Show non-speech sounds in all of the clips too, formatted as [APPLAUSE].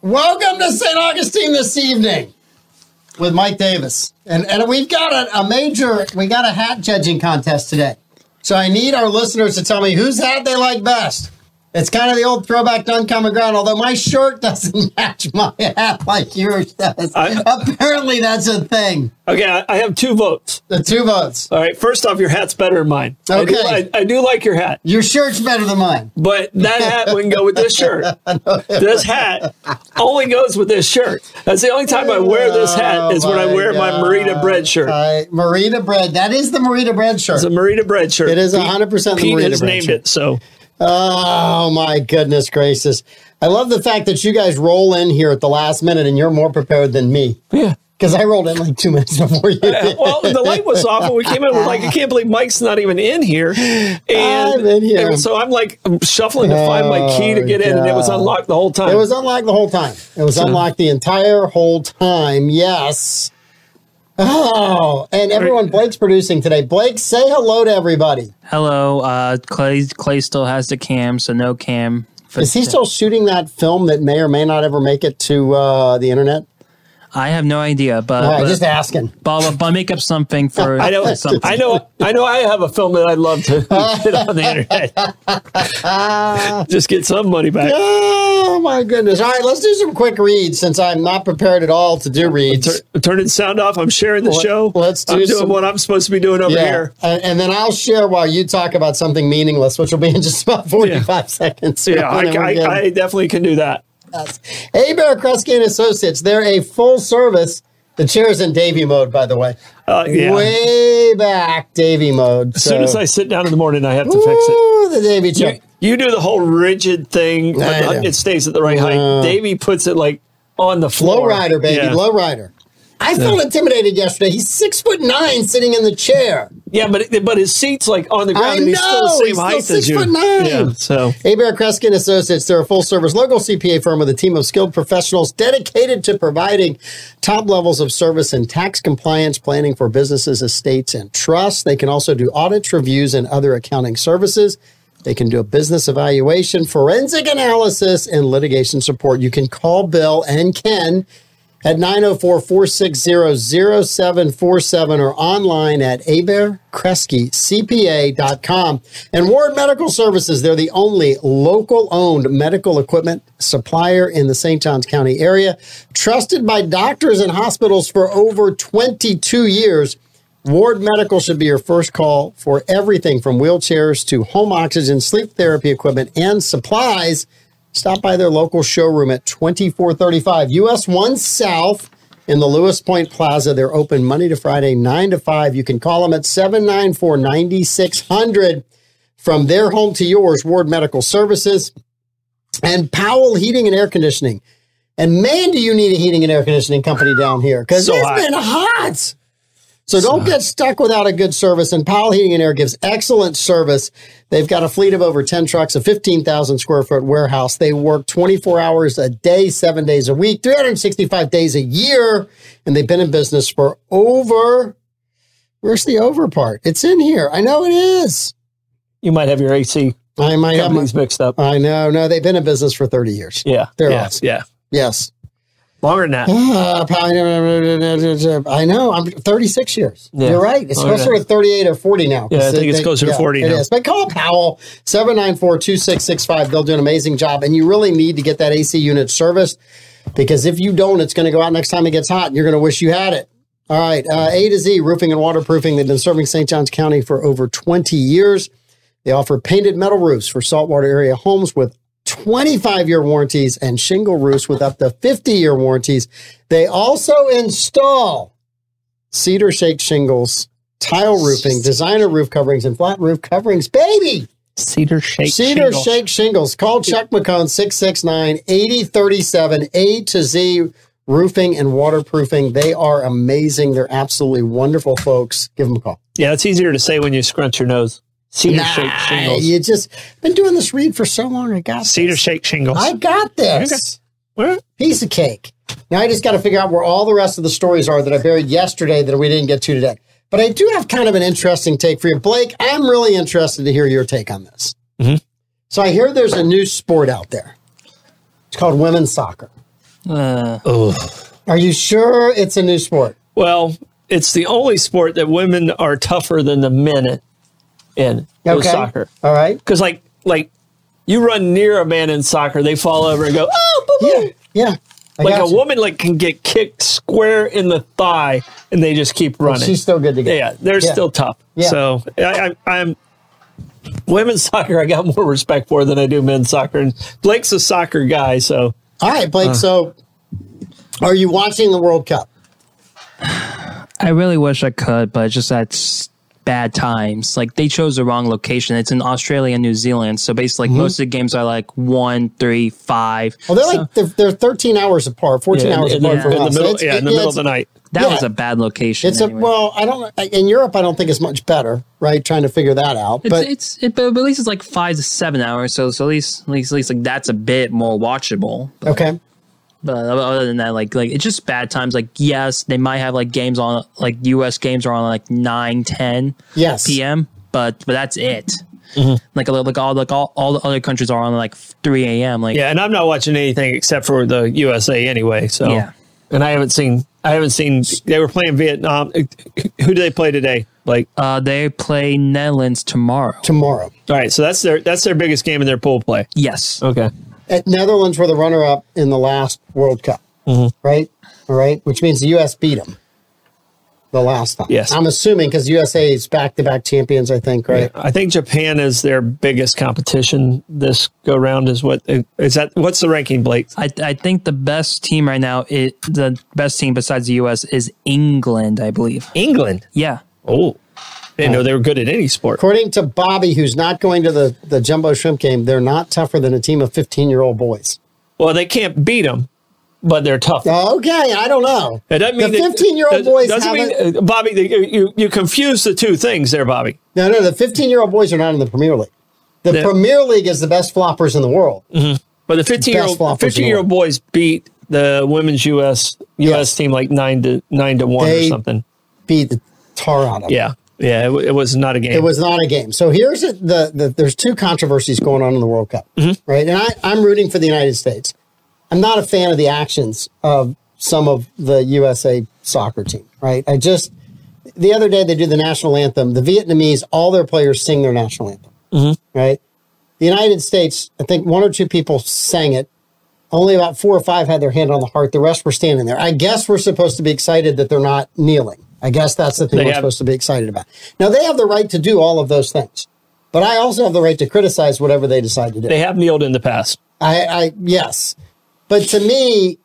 Welcome to St. Augustine this evening with Mike Davis. And, and we've got a, a major, we got a hat judging contest today. So I need our listeners to tell me whose hat they like best. It's kind of the old throwback to uncommon ground, although my shirt [LAUGHS] doesn't match my hat like yours does. I- Apparently, that's a thing. Okay, I, I have two votes. The two votes. All right, first off, your hat's better than mine. I do, Okay. I, I do like your hat, Your shirt's better than mine. but that hat wouldn't go with [LAUGHS] this shirt. This hat only goes with this shirt. That's the only time I wear this hat is when I Oh my wear my God. Marita bread shirt. uh, I, Marita bread. That is the Marita bread shirt. It's a Marita bread shirt. It is 100% the Pete Marita has bread named shirt. it. So Oh my goodness gracious! I love the fact that you guys roll in here at the last minute, and you're more prepared than me. Yeah, because I rolled in like two [LAUGHS] minutes before you. Yeah, Did. well, the light was off, and we came in. We're like, I can't believe Mike's not even in here. And, I'm in here. Oh and so I'm like I'm shuffling to find my key to get in, and it was God. unlocked the whole time. It was unlocked the whole time. It was unlocked the entire whole time. Yes. Oh, and everyone, Blake's producing today. Blake, say hello to everybody. Hello, uh, Clay. Clay still has the cam, so no cam. For Is he today. still shooting that film that may or may not ever make it to uh, the internet? I have no idea, but, All right, but, just asking. but, but make up [LAUGHS] something for. I know. Something. I know. I know. I have a film that I'd love to [LAUGHS] get on the internet. Just get some money back. Oh my goodness! All right, let's do some quick reads since I'm not prepared at all to do Tur- reads. turning sound off. I'm sharing the Let- show. let's do I'm doing some- what I'm supposed to be doing over Yeah, here. and, and then I'll share while you talk about something meaningless, which will be in just about 45 [LAUGHS] seconds. Yeah, I, And then we're I, good. I definitely can do that. Yes. Abear Kresge and Associates. They're a full service. The chair's in Davy mode, by the way. Uh, yeah. Way back Davy mode. as soon as I sit down in the morning, I have to fix it. the Davy chair. You, you do the whole rigid thing. I but know. It stays at the right height. Davey puts it like on the floor. Low rider, baby. Yeah. Low rider. I felt intimidated yesterday. He's six foot nine, sitting in the chair. Yeah, but it- but his seat's like on the ground. I and he's still the know, same he's still height six as you. foot nine. Yeah, so Abear Kreskin Associates, they're a full service local CPA firm with a team of skilled professionals dedicated to providing top levels of service in tax compliance planning for businesses, estates, and trusts. They can also do audits, reviews, and other accounting services. They can do a business evaluation, forensic analysis, and litigation support. You can call Bill and Ken at 904 460 0747 or online at abearkresgecpa.com. And Ward Medical Services, they're the only local owned medical equipment supplier in the St. Johns County area, trusted by doctors and hospitals for over 22 years. Ward Medical should be your first call for everything from wheelchairs to home oxygen, sleep therapy equipment, and supplies. Stop by their local showroom at 2435 US 1 South in the Lewis Point Plaza. They're open Monday to Friday, 9 to 5. You can call them at 794 9600. From their home to yours, Ward Medical Services and Powell Heating and Air Conditioning. And man, do you need a heating and air conditioning company down here because So it's hot. been hot. So don't get stuck without a good service. And Powell Heating and Air gives excellent service. They've got a fleet of over 10 trucks, a 15,000 square foot warehouse. They work 24 hours a day, seven days a week, 365 days a year. And they've been in business for over, where's the over part? It's in here. I know it is. you might have your AC I might have my, companies mixed up. I know. No, they've been in business for 30 years. Yeah, They're yeah, awesome. yeah. Yes. Longer than that. Uh, probably, I know. I'm 36 years. Yeah. You're right. It's Oh, closer yeah. to 38 or 40 now. Yeah, I think it's They- closer to 40 it now. is. But call Powell 794 2665. They'll do an amazing job. And you really need to get that AC unit serviced because if you don't, it's going to go out next time it gets hot and you're going to wish you had it. All right. Uh, a to Z Roofing and Waterproofing. They've been serving St. John's County for over 20 years. They offer painted metal roofs for saltwater area homes with 25 year warranties and shingle roofs with up to 50 year warranties. They also install cedar shake shingles, tile roofing, designer roof coverings, and flat roof coverings. Baby! Cedar shake. Cedar shingle. Shake Shingles. Call Chuck McCone 669 8037 A to Z Roofing and Waterproofing. They are amazing. They're absolutely wonderful folks. Give them a call. Yeah, it's easier to say when you scrunch your nose. Cedar shake shingles. You just been doing this read for so long. I got Cedar this. shake shingles. I got this. Well, Piece of cake. Now I just got to figure out where all the rest of the stories are that I buried yesterday that we didn't get to today. But I do have kind of an interesting take for you. Blake, I'm really interested to hear your take on this. So I hear there's a new sport out there. It's called women's soccer. Uh. Are you sure it's a new sport? Well, it's the only sport that women are tougher than the men in, in with soccer. All right. Because like like you run near a man in soccer, they fall over and go oh boo, Yeah. boo. Yeah. I like got a you. woman like can get kicked square in the thigh and they just keep running. She's still good to go. yeah, they're Yeah. still tough. Yeah. So I, I, I'm women's [LAUGHS] soccer. I got more respect for than I do men's soccer. And Blake's a soccer guy, so All right, Blake. so, are you watching the World Cup? I really wish I could, but it's just that's bad times. Like they chose the wrong location. It's in Australia and New Zealand. So basically, like, most of the games are like one, three, five. Mm-hmm. Well, they're like they're, they're 13 hours apart, 14 in, hours in apart the, for from in the us. middle, It's- yeah, in the it- middle it's- of the night. that yeah. was a bad location. It's a anyway. well, I don't in Europe. I don't think it's much better, right? Trying to figure that out, It's, but it's it, but at least it's like five to seven hours, so so at least at least, at least like that's a bit more watchable. okay. But other than that, like like it's just bad times. Like yes, they might have like games on like U.S. games are on like 9, 10 Yes. p.m. But but that's it. Mm-hmm. Like like all like all, all the other countries are on like three a.m. Like Yeah, and I'm not watching anything except for the USA anyway. So, Yeah. and I haven't seen. I haven't seen. They were playing Vietnam. Who do they play today? Like, uh, they play Netherlands tomorrow. Tomorrow, all right. So that's their that's their biggest game in their pool play. Yes, Okay. at Netherlands were the runner-up in the last World Cup, Mm-hmm. right? All right, which means the U.S. beat them the last time. Yes. I'm assuming because USA is back-to-back champions. I think, right? I think Japan is their biggest competition this go round. Is what is that? What's the ranking, Blake? I I think the best team right now is the best team besides the U.S. is England, I believe. England. Yeah. Oh, didn't know they were good at any sport. According to Bobby, who's not going to the, the jumbo shrimp game, they're not tougher than a team of 15 year old boys. Well, they can't beat them, but they're tough. Okay, I don't know. That doesn't mean the that- 15 year that old boys doesn't haven't. mean, uh, Bobby. You, you you confuse the two things there, Bobby. no, no, the 15 year old boys are not in the Premier League. The They're- Premier League is the best floppers in the world. Mm-hmm. But the fifteen year Best floppers in old the fifteen year old boys beat the women's US US team like nine to nine to one They- or something. Beat the tar out of them. Yeah, yeah. It, w- it was not a game. It was not a game. So here's the, the there's two controversies going on in the World Cup, Mm-hmm. right? And I, I'm rooting for the United States. I'm not a fan of the actions of some of the USA soccer team, right? I just the other day they do the national anthem. The Vietnamese, all their players sing their national anthem, right? The United States, I think one or two people sang it. Only about four or five had their hand on the heart. The rest were standing there. I guess we're supposed to be excited that they're not kneeling. I guess that's the thing They we're have- supposed to be excited about. Now they have the right to do all of those things, but I also have the right to criticize whatever they decide to do. they have kneeled in the past. I, I yes, but to me,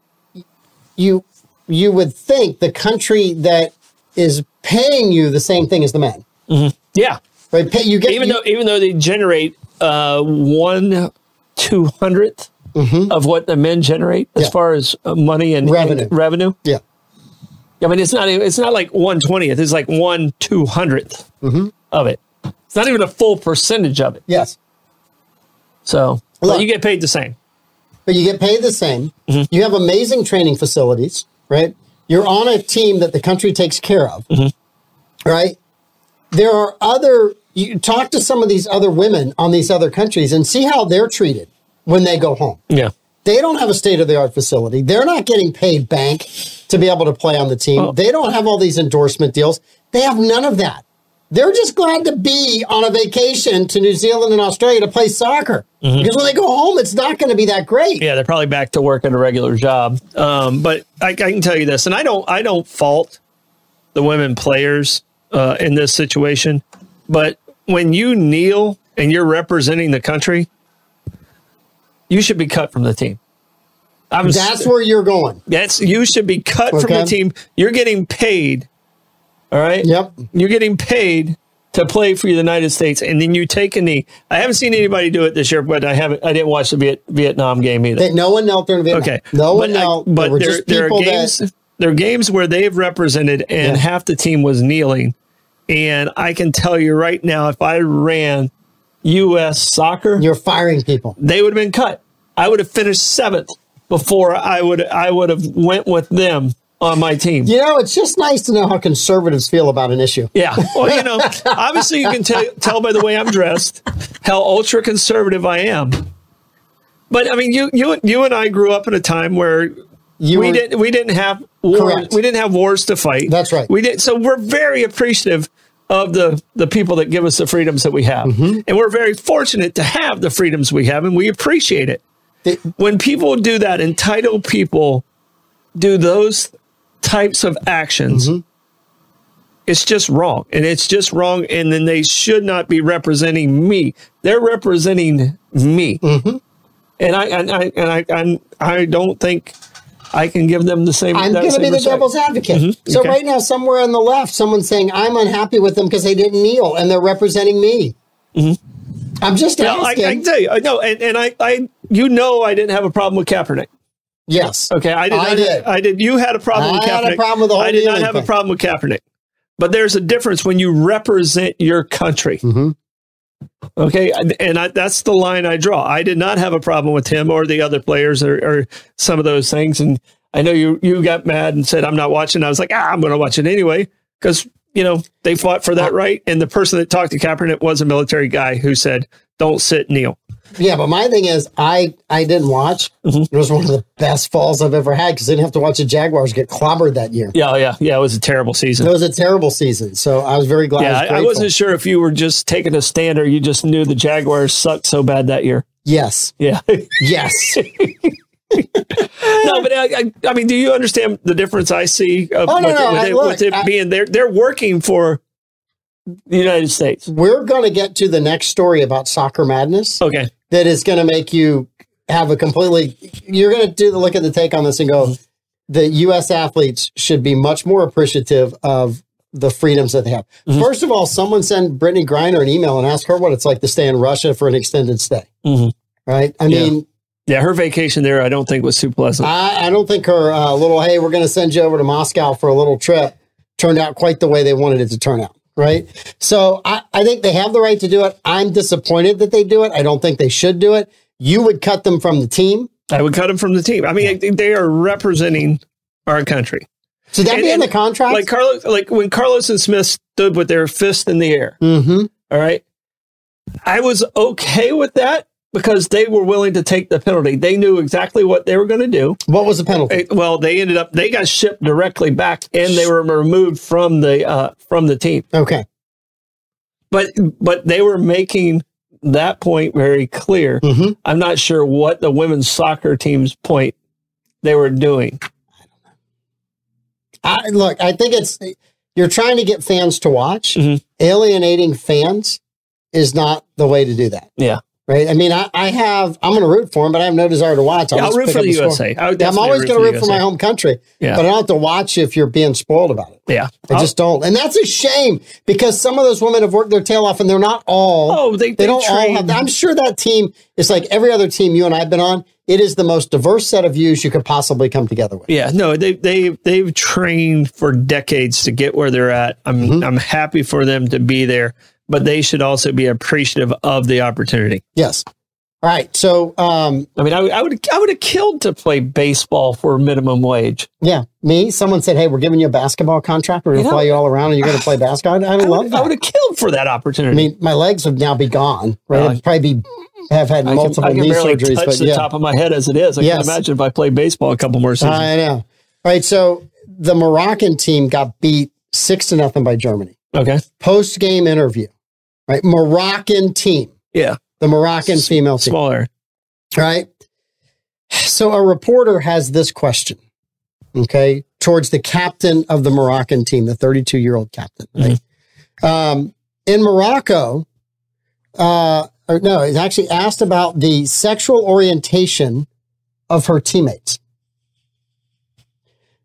you you would think the country that is paying you the same thing as the men, Yeah, right? Pay, you get even you- though even though they generate uh, one two hundredth of what the men generate as Mm-hmm. Yeah. far as uh, money and Revenue. and revenue. yeah, I mean, it's not even- it's not like one twentieth. It's like one two hundredth Mm-hmm. of it. It's not even a full percentage of it. yes, So but Look. you get paid the same. but you get paid the same. You have amazing training facilities, right? You're on a team that the country takes care of, right? There are other. You talk to some of these other women on these other countries and see how they're treated when they go home. Yeah. They don't have a state of the art facility. They're not getting paid bank to be able to play on the team. They don't have all these endorsement deals. They have none of that. They're just glad to be on a vacation to New Zealand and Australia to play soccer because when they go home, it's not going to be that great. yeah, they're probably back to work at a regular job. Um, but I, I can tell you this, and I don't, I don't fault the women players uh, in this situation. But when you kneel and you're representing the country, you should be cut from the team. I'm, That's where you're going. that's you should be cut from Okay. the team. You're getting paid. All right. Yep. You're getting paid to play for the United States, and then you take a knee. I haven't seen anybody do it this year, but I haven't. I didn't watch the Viet, Vietnam game either. That no one knelt during Vietnam. Okay. No one I- knelt. but there were there, just there people are games. that there are games where they've represented, Yeah. and half the team was kneeling. And I can tell you right now, if I ran U.S. soccer, you're firing people. they would have been cut. I would have finished seventh before I would I would have went with them on my team. You know, it's just nice to know how conservatives feel about an issue. Yeah. Well, you know, obviously you can tell tell by the way I'm dressed how ultra conservative I am. But I mean, you you you and I grew up in a time where You we were- didn't we didn't have wars. Correct. We didn't have wars to fight. That's right. We did so we're very appreciative of the the people that give us the freedoms that we have. Mm-hmm. And we're very fortunate to have the freedoms we have and we appreciate it. They- When people do that, entitled people do those types of actions. Mm-hmm. It's just wrong. And it's just wrong. And then they should not be representing me. They're representing me. Mm-hmm. And I and I and I I'm, I don't think I can give them the same. I'm that going to same be the respect. devil's advocate. So Mm-hmm. Okay. right now, somewhere on the left, someone's saying I'm unhappy with them because they didn't kneel and they're representing me. I'm just Mm-hmm. No, I, I asking. can tell you. I know, and, and I, I, you know, I didn't have a problem with Kaepernick. yes. Okay, I did. I I, did. did. I did. You had a problem. with I had a Kaepernick. problem with the whole I did not kneeling have thing. a problem with Kaepernick. But there's a difference when you represent your country. Okay, and- and I, that's the line I draw. I did not have a problem with him or the other players or, or some of those things. And I know you you got mad and said I'm not watching. I was like, ah, I'm going to watch it anyway because you know they fought for that right. And the person that talked to Kaepernick was a military guy who said, "Don't sit, kneel." Yeah, but my thing is, I I didn't watch. Mm-hmm. It was one of the best falls I've ever had because I didn't have to watch the Jaguars get clobbered that year. Yeah, yeah, yeah. It was a terrible season. It was a terrible season, so I was very glad. Yeah, I, was I, I grateful. wasn't sure if you were just taking a stand or you just knew the Jaguars sucked so bad that year. Yes, Yeah. [LAUGHS] no, yes. but I, I, I mean, do you understand the difference I see of Oh, no, with, it- no, with I- it, look, with it I- being they're they're working for the United States? We're going to get to the next story about soccer madness Okay. that is going to make you have a completely. You're going to do the look at the take on this and go. The U.S. athletes should be much more appreciative of the freedoms that they have. First of all, someone send Brittany Griner an email and ask her what it's like to stay in Russia for an extended stay. Mhm. Right? I Yeah. mean, Yeah, her vacation there, I don't think was too pleasant. I, I don't think her uh, little hey, we're going to send you over to Moscow for a little trip turned out quite the way they wanted it to turn out. Right. So I, I think they have the right to do it. I'm disappointed that they do it. I don't think they should do it. You would cut them from the team. I would cut them from the team. I mean, they- they are representing our country. Should that And- be in the and, contract? Like Carlos, like when Carlos and Smith stood with their fist in the air. mm-hmm. All right. I was okay with that because they were willing to take the penalty. They knew exactly what they were going to do. What was the penalty? Eh, Well, they ended up they got shipped directly back and they were removed from the uh from the team. Okay. But but they were making that point very clear. Mhm. I'm not sure what the women's soccer team's point they were doing. I, look, I think it's you're trying to get fans to watch. Mhm. Alienating fans is not the way to do that. Yeah. Right. I mean, I, I have, I'm going to root for them, but I have no desire to watch. I'll just root pick for up the score. USA. I would Yeah, I'm definitely always going to the root for my USA. home country, Yeah. but I don't have to watch you if you're being spoiled about it. Yeah. I I'll- just don't, and that's a shame because some of those women have worked their tail off, and they're not all. Oh, they- they they don't all train. have. I'm sure that team is like every other team you and I've been on. It is the most diverse set of views you could possibly come together with. Yeah, no, they they they've trained for decades to get where they're at. I'm Mm-hmm. I'm happy for them to be there, but they should also be appreciative of the opportunity. Yes. All right. So, um, I mean, I, would- I would I would have killed to play baseball for minimum wage. yeah, me. Someone said, "Hey, we're giving you a basketball contract. We're going to You know- fly you all around, and you're going to play basketball." I, would I love would, that. I would have killed for that I opportunity. mean, my legs would now be gone. Right? Well, I'd probably be have had I can, multiple I can knee barely surgeries, touch but the yeah. top of my head as it is. I Yes. can imagine if I played baseball a couple more seasons. I know. All right. So the Moroccan team got beat six to nothing by Germany. okay, Post game interview, right? Moroccan team, yeah, the Moroccan female team, smaller. right? So a reporter has this question, okay, towards the captain of the Moroccan team, the 32 year old captain. Right? Um, in Morocco, uh, or no, it's actually asked about the sexual orientation of her teammates.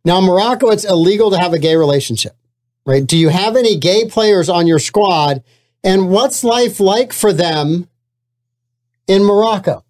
Now, in Morocco, it's illegal to have a gay relationship, right? Do you have any gay players on your squad? And what's life like for them in Morocco?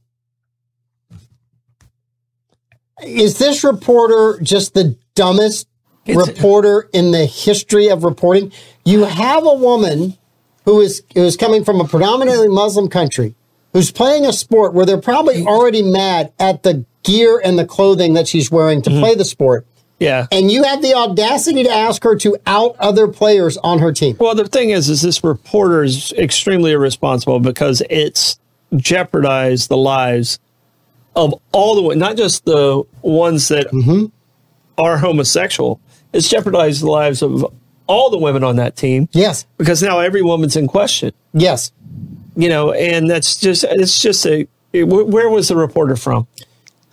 Is this reporter just the dumbest It's- reporter in the history of reporting? You have a woman who is who is coming from a predominantly Muslim country, who's playing a sport where they're probably already mad at the gear and the clothing that she's wearing to Mm-hmm. play the sport, Yeah. and you have the audacity to ask her to out other players on her team. Well, the thing is, is this reporter is extremely irresponsible because it's jeopardized the lives of all the not just the ones that Mm-hmm. are homosexual. It's jeopardized the lives of all the women on that team Yes. because now every woman's in question. Yes. You know, and that's just it's just a. it- wh- where was the reporter from?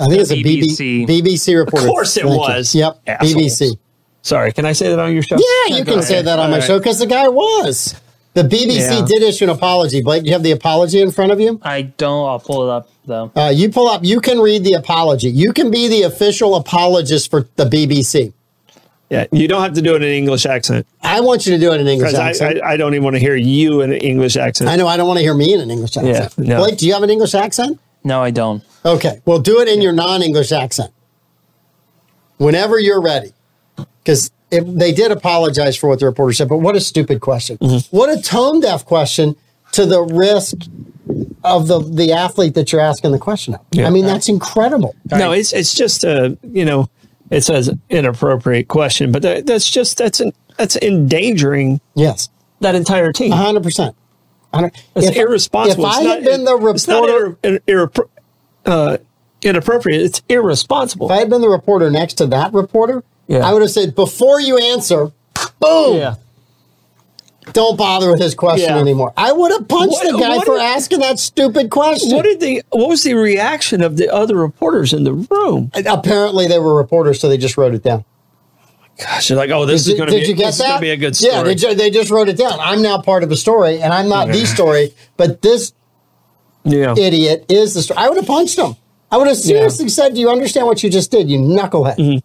I think it's a BBC, BBC. BBC reporter. Of course it Thank you. was. Yep. Assholes. BBC. Sorry, can I say that on your show? Yeah, you can Okay. say that on my All show right. 'cause show because the guy was. The BBC Yeah. did issue an apology. Blake, do you have the apology in front of you? I don't. I'll pull it up though. Uh, you pull up. You can read the apology. You can be the official apologist for the BBC. Yeah, you don't have to do it in an English accent I want you to do it in English because I, accent. I, I don't even want to hear you in an English accent. I, know I don't want to hear me in an English accent. no. Blake, do you have an English accent? No, I don't. Okay. Well, do it in your non-English accent whenever you're ready, because they did apologize for what the reporter said. But what a stupid question! Mm-hmm. What a tone deaf question to the risk of the the athlete that you're asking the question of. Yeah. I mean, that's incredible. No, it's it's just a you know it says inappropriate question, but that, that's just that's an, that's endangering Yes, that entire team. hundred percent. It's irresponsible. If It's I not- had been the it's not reporter, irre- irre- uh, inappropriate. It's irresponsible. if I had been the reporter next to that reporter, Yeah. I would have said, "Before you answer, boom." yeah. don't bother with his question Yeah. anymore. I would have punched What- the guy what for did- asking that stupid question. What did the what was the reaction of the other reporters in the room? Apparently, they were reporters, so they just wrote it down. Gosh, they're like, oh, this is Did, going to did be you get this is going that? to be a good story. Yeah, they, ju- they just wrote it down. I'm now part of the story, and I'm not the story, but this yeah. idiot is the story. I would have punched him. I would have seriously said, "Do you understand what you just did, you knucklehead?"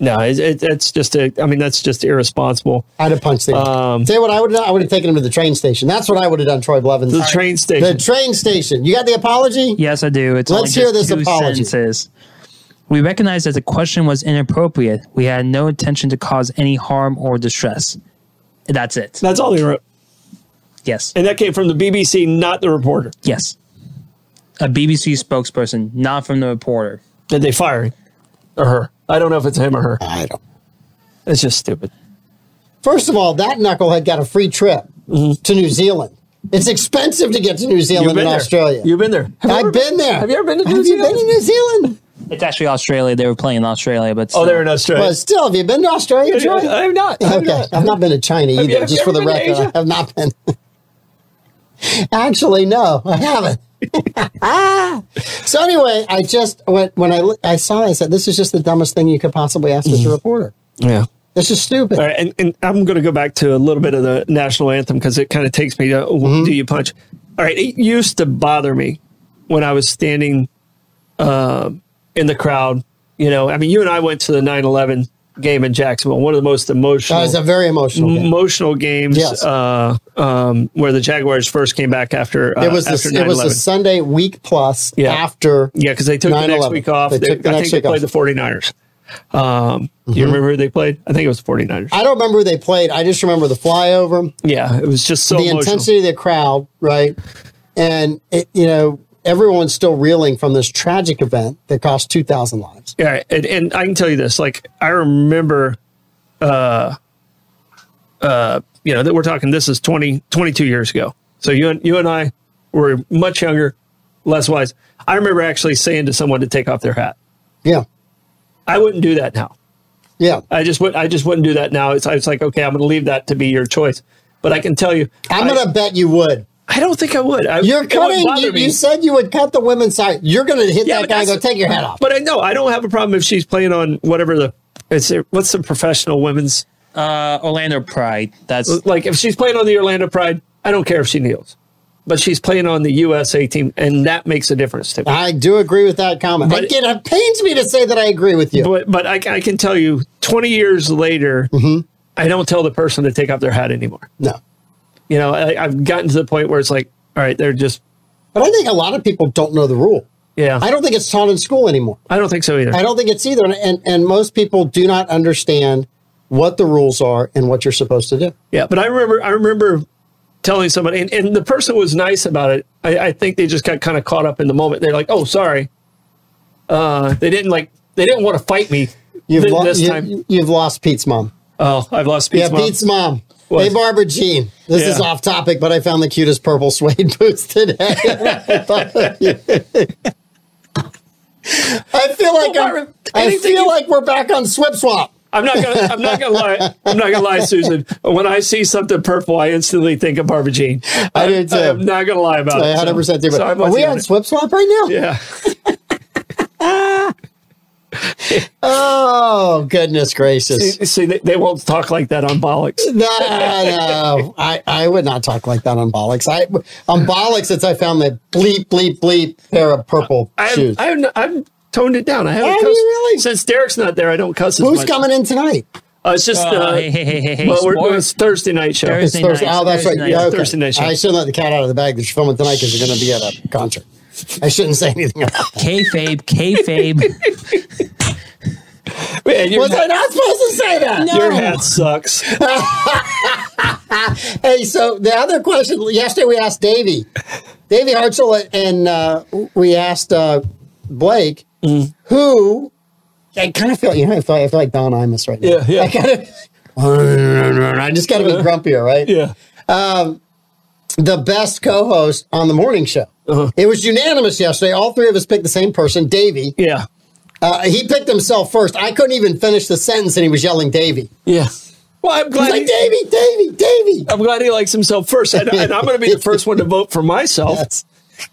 No, it, it, it's just a. I mean, that's just irresponsible. I'd have punched him. Um, Tell you what, I would have. done. I would have taken him to the train station. That's what I would have done, Troy Blevins. The train station. The train station. You got the apology? Yes, I do. It's Let's only hear just this two apology. sentences. We recognize that the question was inappropriate. We had no intention to cause any harm or distress. That's it. That's all they wrote, Yes. and that came from the BBC, not the reporter Yes. A BBC spokesperson, not from the reporter. that they fired, or her. I don't know if it's him or her. I don't. It's just stupid. First of all, that knucklehead got a free trip to New Zealand. It's expensive to get to New Zealand and there. Australia. Mm-hmm. You've been there. Have you ever I've been there. Have you ever been to New Have you Zealand? been to New Zealand? It's actually Australia. They were playing in Australia, but oh, still. they're in Australia. But still, have you been to Australia, Troy? I have not. I have Okay, not. I've not been to China Have you- either. have just you for ever the been to record, I Asia? have not been. Actually, no, I haven't. [LAUGHS] so anyway, I just when when I li- I saw, it, I said, "This is just the dumbest thing you could possibly ask as a reporter. Yeah. This is stupid." Mm-hmm. All right, and, and I'm going to go back to a little bit of the national anthem because it kind of takes me to Mm-hmm. do you punch? All right, it used to bother me when I was standing um, in the crowd. You know, I mean, you and I went to the 9 11 game in Jacksonville, one of the most emotional That was a very emotional. Mm-hmm. game. emotional games Yes. uh, um, where the Jaguars first came back after uh, It was after the, it was the 9/11. Sunday week plus Yeah. after. Yeah, because they took the 9/11. next week off. They They took the I next think they week off. Mm-hmm. played the 49ers. Um, You remember who they played? I think it was 49ers. I don't remember who they played. I just remember the flyover, yeah, it was just so the emotional. intensity of the crowd, right? And it, you know, everyone's still reeling from this tragic event that cost two thousand lives. Yeah, and, and I can tell you this: like I remember, uh, uh, you know, that we're talking. This is 20, 22 years ago. So you and you and I were much younger, less wise. I remember actually saying to someone to take off their hat. Yeah, I wouldn't do that now. yeah. I just would. I just wouldn't do that now. It's. I was like, okay, I'm going to leave that to be your choice. But I can tell you, I'm I- gonna bet you would. I don't think I would. I, You're it wouldn't cutting. bother You, me. you said you would cut the women's side. You're gonna hit Yeah, that but guy. and Go that's- take your hat off. But I know I don't have a problem if she's playing on whatever the. It's what's the professional women's uh, Orlando Pride. That's like if she's playing on the Orlando Pride, I don't care if she kneels, but she's playing on the USA team, and that makes a difference to me. I do agree with that comment. But- Again, it pains me to say that I agree with you. But but I, I can tell you, twenty years later, Mm-hmm. I don't tell the person to take off their hat anymore. No. You know, I, I've gotten to the point where it's like, all right, they're just But I think a lot of people don't know the rule. yeah. I don't think it's taught in school anymore. I don't think so either. I don't think it's either. And, and, and most people do not understand what the rules are and what you're supposed to do. Yeah, but I remember I remember telling somebody, and, and the person was nice about it. I, I think they just got kind of caught up in the moment. They're like, "Oh, sorry." Uh, they didn't like. They didn't want to fight me You've, thi- lo- this you, time. have lost Pete's mom. oh, I've lost Yeah, Pete's mom. Pete's mom. Was- Hey, Barbara Jean. This is Yeah. off topic, but I found the [LAUGHS] cutest purple suede boots today. I feel like I'm, I feel like we're back on Swip Swap. I'm not gonna. I'm not gonna lie. I'm not gonna lie, Susan. When I see something purple, I instantly think of Barbagene. I do too. I'm not gonna lie about I it. 100 percent do. So I'm Are with we you on it. Swip Swap right now? Yeah. Oh goodness gracious! See, they, they won't talk like that on bollocks. No, no, I, I would not talk like that on Bollocks. I on Bollocks, it's I found that bleep bleep bleep pair of purple I'm, shoes. I'm, I'm toned it down. I haven't Have you cussed really? since Derek's not there. I don't cuss as Who's much. coming in tonight? Uh, it's just uh, [LAUGHS] hey, hey, hey, hey, hey. well, we're doing a sports. Thursday night show. [LAUGHS] Thursday. It's Thursday. night. Oh, that's Thursday right. night. Yeah, Yeah, okay. Thursday night show. I shouldn't let the cat out of the bag that you're filming tonight because you're going to be at a concert. I shouldn't say anything. [LAUGHS] About that. Kayfabe, kayfabe. Man, your, Was I not supposed to say that? No. your hat sucks. Hey, so the other question yesterday we asked Davey, Davey Hartzell, and uh, we asked uh, Blake Mm. who. I kind of feel you know I feel, I feel like Don Imus right now. Yeah, yeah. I kind of. I just got to be grumpier, right? Yeah. The best co-host on the morning show. Uh-huh. It was unanimous yesterday. All three of us picked the same person, Davey. Yeah. Uh, he picked himself first. I couldn't even finish the sentence, and he was yelling, "Davey!" Yeah. Well, I'm glad. He's like, he- "Davey, Davey, Davey!" I'm glad he likes himself first, and, and I'm going to be the first one to vote for myself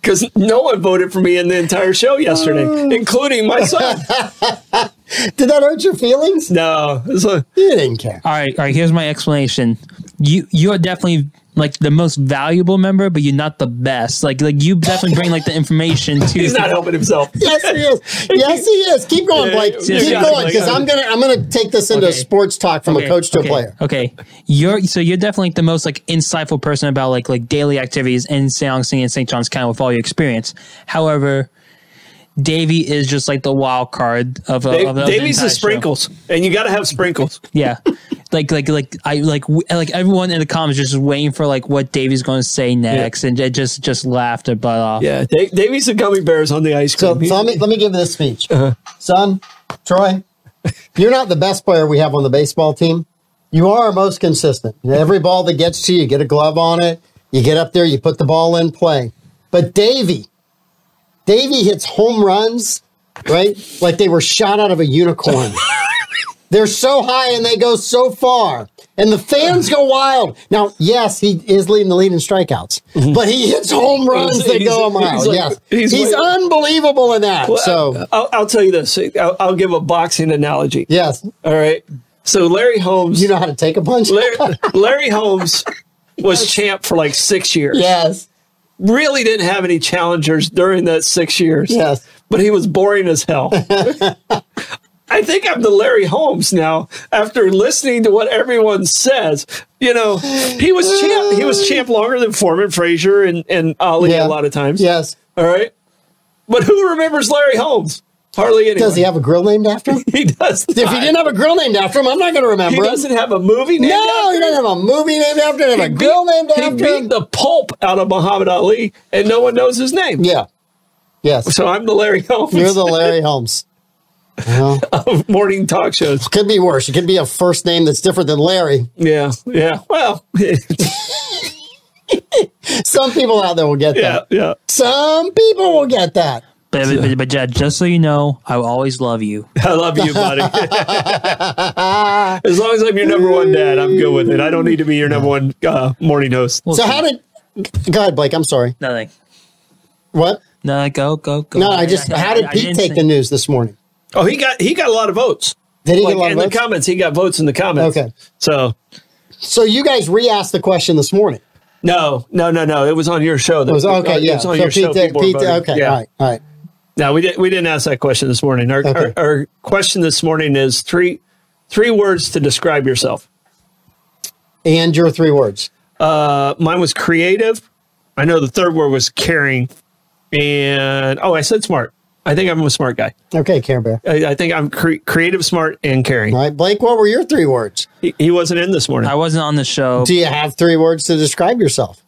because no one voted for me in the entire show yesterday, including my son. Did that hurt your feelings? No, it's a- You didn't care. all right, all right. Here's my explanation. You you are definitely like the most valuable member, but you're not the best. Like like you definitely bring like the information to. he's not helping himself. Yes, he is. Yes, he is. Keep going, Blake. Yeah, Keep yeah, going, Blake. because I'm gonna I'm gonna take this into Okay. sports talk from a coach to okay, a player. Okay, you're so you're definitely the most like insightful person about like like daily activities in Saongsing and St. John's County with all your experience. However, Davy is just like the wild card of, of, of the Davies entire is show. sprinkles, and you got to have sprinkles. Yeah. Like, like, like, I like, w- like everyone in the comments just waiting for like what Davey's going to say next, and it just, just laughed their butt off. Yeah, da- Davies and gummy bears on the ice So, cream. so let me let me give this speech, Uh-huh. son. Troy, you're not the best player we have on the baseball team. You are our most consistent. Every ball that gets to you, you get a glove on it. You get up there, you put the ball in play. But Davy, Davy hits home runs, right? Like they were shot out of a [LAUGHS] unicorn. They're so high and they go so far. And the fans go wild. Now, yes, he is leading the lead in strikeouts, but he hits home runs that Mm-hmm. he's- go a mile. he's like- yes. He's, he's like- unbelievable in that. Well, so, I'll, I'll tell you this. I'll, I'll give a boxing analogy. yes, All right. So Larry Holmes, you know how to take a punch? Larry, [LAUGHS] Larry Holmes was champ for like six years. yes. Really didn't have any challengers during that six years. Yes. But he was boring as [LAUGHS] hell. I think I'm the Larry Holmes now after listening to what everyone says. You know, he was champ. He was champ longer than Foreman, Frazier, and and Ali Yeah. a lot of times. Yes. All right. But who remembers Larry Holmes? Hardly anyone. Does he have a grill named after him? [LAUGHS] He does. if he not. didn't have a grill named after him, I'm not going to remember He him. doesn't have a movie. named no, after he him. doesn't have a movie named after him, a beat- grill named he after beat him. the pulp out of Muhammad Ali, and no one knows his name. Yeah. Yes. So I'm the Larry Holmes You're [LAUGHS] the Larry Holmes. Well, of morning talk shows. could be worse. It could be a first name that's different than Larry. Yeah, yeah. Well, [LAUGHS] Some people out there will get yeah, that. yeah. Some people will get that. But, but, but, but Jed, just so you know, I will always love you. I love [LAUGHS] you, buddy. as long as I'm your number one dad, I'm good with it. I don't need to be your number one uh, morning host. So how did? Go ahead, Blake. I'm sorry. Nothing. What? No, go, go, go. No, I just. How did I Pete didn't take say- the news this morning? Oh, he got he got a lot of votes. Did he Like, get a lot in of the votes? comments, he got votes in the comments. Okay. So So you guys re-asked the question this morning. no, no, no, no. It was on your show. That, It was okay. it yeah. was on so your show. Pete, did- people were Pete, did- voting. okay. Yeah. All right. All right. No, we didn't. We didn't ask that question this morning. Our, Okay. our, our question this morning is three three words to describe yourself. And your three words. Uh, mine was creative. I know the third word was caring, and oh, I said smart. I think I'm a smart guy. Okay, Care Bear. I, I think I'm cre- creative, smart, and caring. All right, Blake. What were your three words? He, he wasn't in this morning. I wasn't on the show. Do you have three words to describe yourself?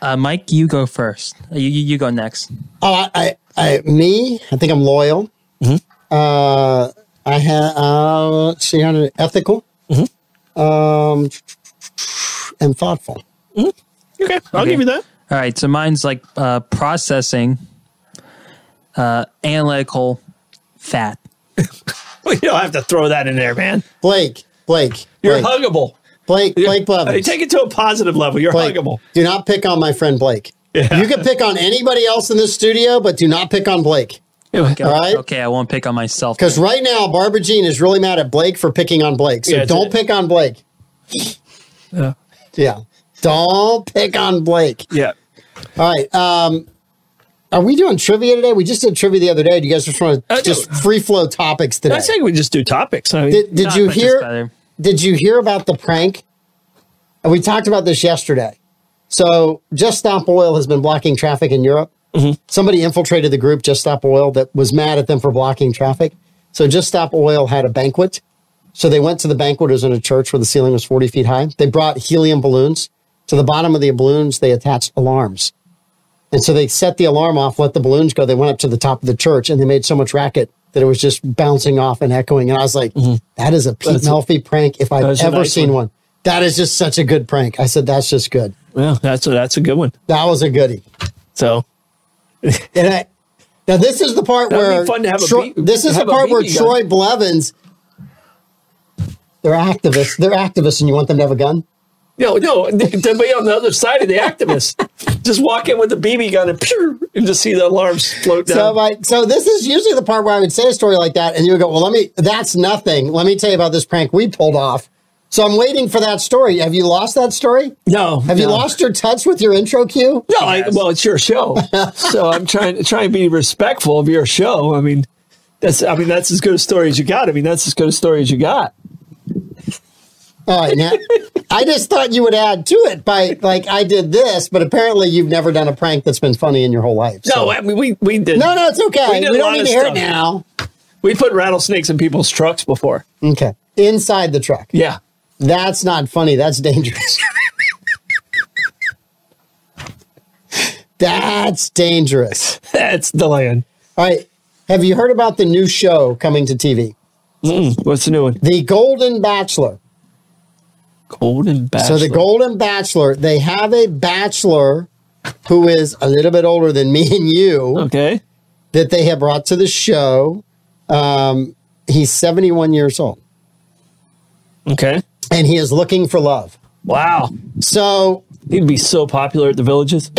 Uh, Mike, you go first. Uh, You, you, you go next. Oh, I, I, I me. I think I'm loyal. Mm-hmm. Uh, I have. Uh, let's see how to ethical. Mm-hmm. Um, and thoughtful. Okay, I'll Okay. give you that. All right, so mine's like uh, processing uh, analytical fat. You don't have to throw that in there, man. Blake, Blake, You're Blake, huggable. Blake, Blake Hey, Blevins. Take it to a positive level. You're Blake, huggable. do not pick on my friend Blake. You can pick on anybody else in this studio, but do not pick on Blake. Okay, All right. okay, I won't pick on myself. Because right now, Barbara Jean is really mad at Blake for picking on Blake. So Yeah, it's- don't pick on Blake. Yeah. Yeah. Don't pick on Blake. Yeah. All right. Um, are we doing trivia today? We just did trivia the other day. Do you guys just want to Uh, no. just free flow topics today? I think we just do topics. I mean, Did, did Not you much is hear? better. Did you hear about the prank? And we talked about this yesterday. So, Just Stop Oil has been blocking traffic in Europe. Somebody infiltrated the group Just Stop Oil that was mad at them for blocking traffic. So, Just Stop Oil had a banquet. So they went to the banquet. It was in a church where the ceiling was 40 feet high. They brought helium balloons. To the bottom of the balloons, they attached alarms. And so they set the alarm off, let the balloons go. They went up to the top of the church and they made so much racket that it was just bouncing off and echoing. And I was like, that is a Pete Melfi prank if I've That's a ever nice seen one. That is just such a good prank. I said, that's just good. well, that's a, that's a good one. That was a goodie. So And I, now this is the part That'd be where fun to have a Troy- beat- this is have the a part where BB gun. Troy Blevins. They're activists. They're activists, and you want them to have a gun. No, no, th- to be on the other side of the activists. just walk in with a BB gun and, pew, and just see the alarms float down. So, like, so this is usually the part where I would say a story like that, and you would go, "Well, let me. That's nothing. Let me tell you about this prank we pulled off." So I'm waiting for that story. Have you lost that story? no, Have you no. lost your touch with your intro cue? No, I, well, it's your show, so I'm trying trying to be respectful of your show. I mean, that's I mean that's as good a story as you got. I mean that's as good a story as you got. All right, now I just thought you would add to it by like I did this, but apparently you've never done a prank that's been funny in your whole life. No, so. I mean we we did. no, no, it's okay. We We, did a don't lot need of to hear it stuff. now. we put rattlesnakes in people's trucks before. Okay, inside the truck. Yeah, [LAUGHS] That's not funny. That's dangerous. [LAUGHS] That's dangerous. that's the land. All right. Have you heard about the new show coming to TV? What's the new one? The Golden Bachelor. Golden Bachelor. So, the Golden Bachelor, they have a bachelor who is a little bit older than me and you Okay. that they have brought to the show. Um, he's 71 years old Okay. and he is looking for love. Wow, So, he'd be so popular at the villages.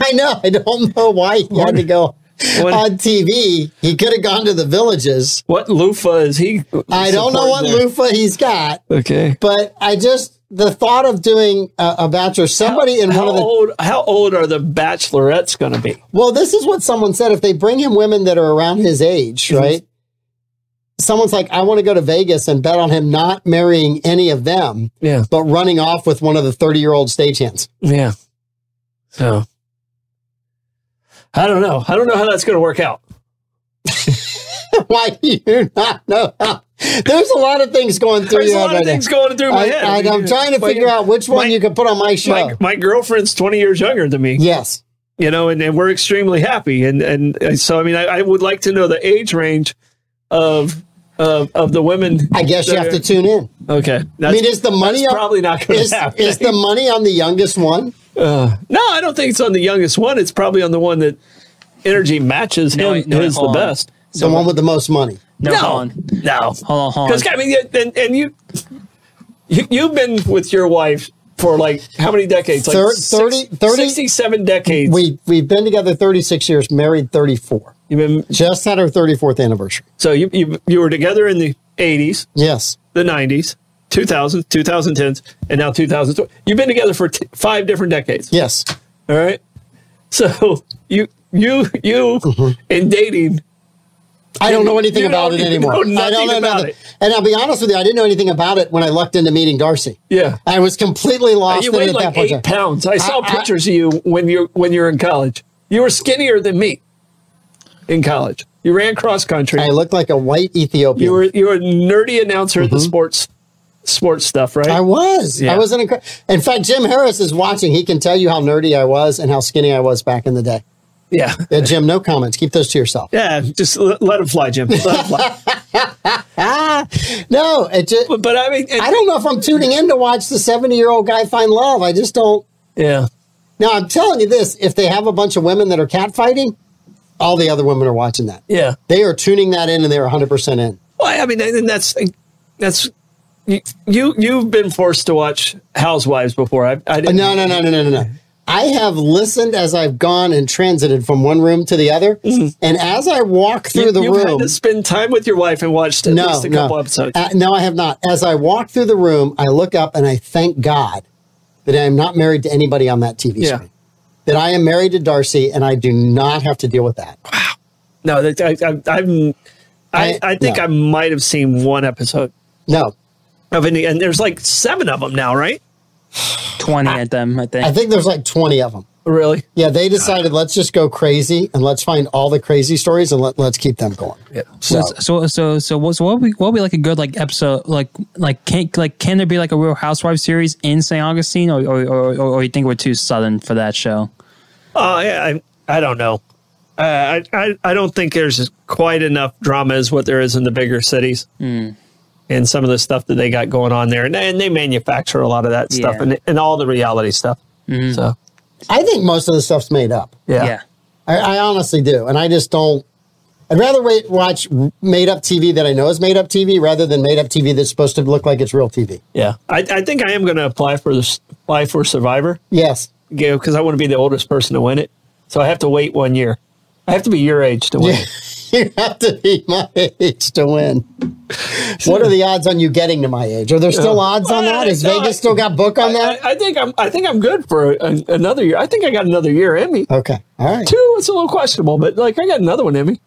I know. I don't know why he had to go What- on TV. He could have gone to the villages. What loofah is he? I don't know what supporting loofah he's got. there? Okay. but I just the thought of doing a, a bachelor, somebody in how one of the old how old are the bachelorettes going to be? well, this is what someone said. If they bring him women that are around his age, right? Someone's like, I want to go to Vegas and bet on him not marrying any of them, Yeah, but running off with one of the thirty-year-old stagehands. [LAUGHS] yeah. So I don't know. I don't know how that's going to work out. Why do you not know? how? There's a lot of things going through There's a your lot head of right now. things going through my I, head. I, am trying to My- figure out which one my- you could put on my show. My, my girlfriend's 20 years younger than me, yes. you know, and, and we're extremely happy. And and uh, so I mean, I, I would like to know the age range of of, of the women. I guess you that have are- to tune in. Okay, I that's, mean, is the money on- probably not going is, to happen. is the money on the youngest one? no, I don't think it's on the youngest one. It's probably on the one that energy matches No, him. no, is the hold on. best. the one with the most money. No, hold on. no. Hold on, hold on. Because I mean, yeah, and, and you, you, you've been with your wife for like how many decades? Like Thir- six- 30 30 67 decades. We we've been together 36 years, married 34. You've been Just had our 34th anniversary. so you, you you were together in the 80s, Yes. the 90s, 2000s, 2010s, and now 2020. You've been together for t- five different decades. Yes. All right. So you you you Mm-hmm. in dating. I don't know anything You about it don't- you anymore. know I don't nothing know about nothing. it. And I'll be honest with you, I didn't know anything about it when I lucked into meeting Darcy. Yeah. I was completely lost You in it weighed at that like point. eight pounds. I saw I- I- pictures of you when you when you were in college. You were skinnier than me in college. You ran cross country. I looked like a white Ethiopian. you were you were a nerdy announcer at the sports sports stuff, right? Mm-hmm. [LAUGHS] I was. Yeah. I was an incredible. In fact, Jim Harris is watching. He can tell you how nerdy I was and how skinny I was back in the day. yeah. Yeah, Jim, no comments. Keep those to yourself. Yeah, just l- let him fly, Jim. Let [LAUGHS] 'em fly. Ah, No, it just, but, but I mean, and- I don't know if I'm tuning in to watch the 70 year old guy find love. I just don't. yeah, Now I'm telling you this: if they have a bunch of women that are catfighting, all the other women are watching that. Yeah. They are tuning that in, and they are 100 percent in. Well, I mean, and that's that's you you- you've been forced to watch Housewives before. I, I didn't. Uh, No, no, no, no, no, no, no. I have listened as I've gone and transited from one room to the other, and as I walk through Mm-hmm. you, the you room, had to spend time with your wife and watched at no, least a couple no. episodes. Uh, no, I have not. As I walk through the room, I look up and I thank God that I am not married to anybody on that TV Yeah. screen. That I am married to Darcy, and I do not have to deal with that. no, that, I, I, I'm. I, I- I think no. I might have seen one episode No, of any, and there's like seven of them now, right? 20 at them, I think. I think there's like 20 of them. Really? Yeah, they decided let's just go crazy and let's find all the crazy stories and let, let's keep them going. Yeah. So, so so so what so what would be what would be like a good like episode like like can like can there be like a Real Housewives series in St. Augustine or or, or, or or you think we're too southern for that show? Oh, yeah. I, I don't know. Uh, I, I I don't think there's quite enough drama as what there is in the bigger cities, and some of the stuff that they got going on there, and, and they manufacture a lot of that stuff Yeah. and, and all the reality stuff. So I think most of the stuff's made up. yeah. I, I honestly do, and I just don't. I'd rather wait, watch made up TV that I know is made up TV rather than made up TV that's supposed to look like it's real TV. Yeah. I, I think I am going to apply for this, apply for Survivor Yes. because I want to be the oldest person to win it. So I have to wait one year. I have to be your age to win. it. [LAUGHS] you have to be my age to win. What are the odds on you getting to my age? Are there still Yeah. odds on that? Is No, I- Vegas still got book on that? I, I think I'm. I think I'm good for a, another year. I think I got another year in me. Okay. All right. Two, it's a little questionable, but like I got another one in me.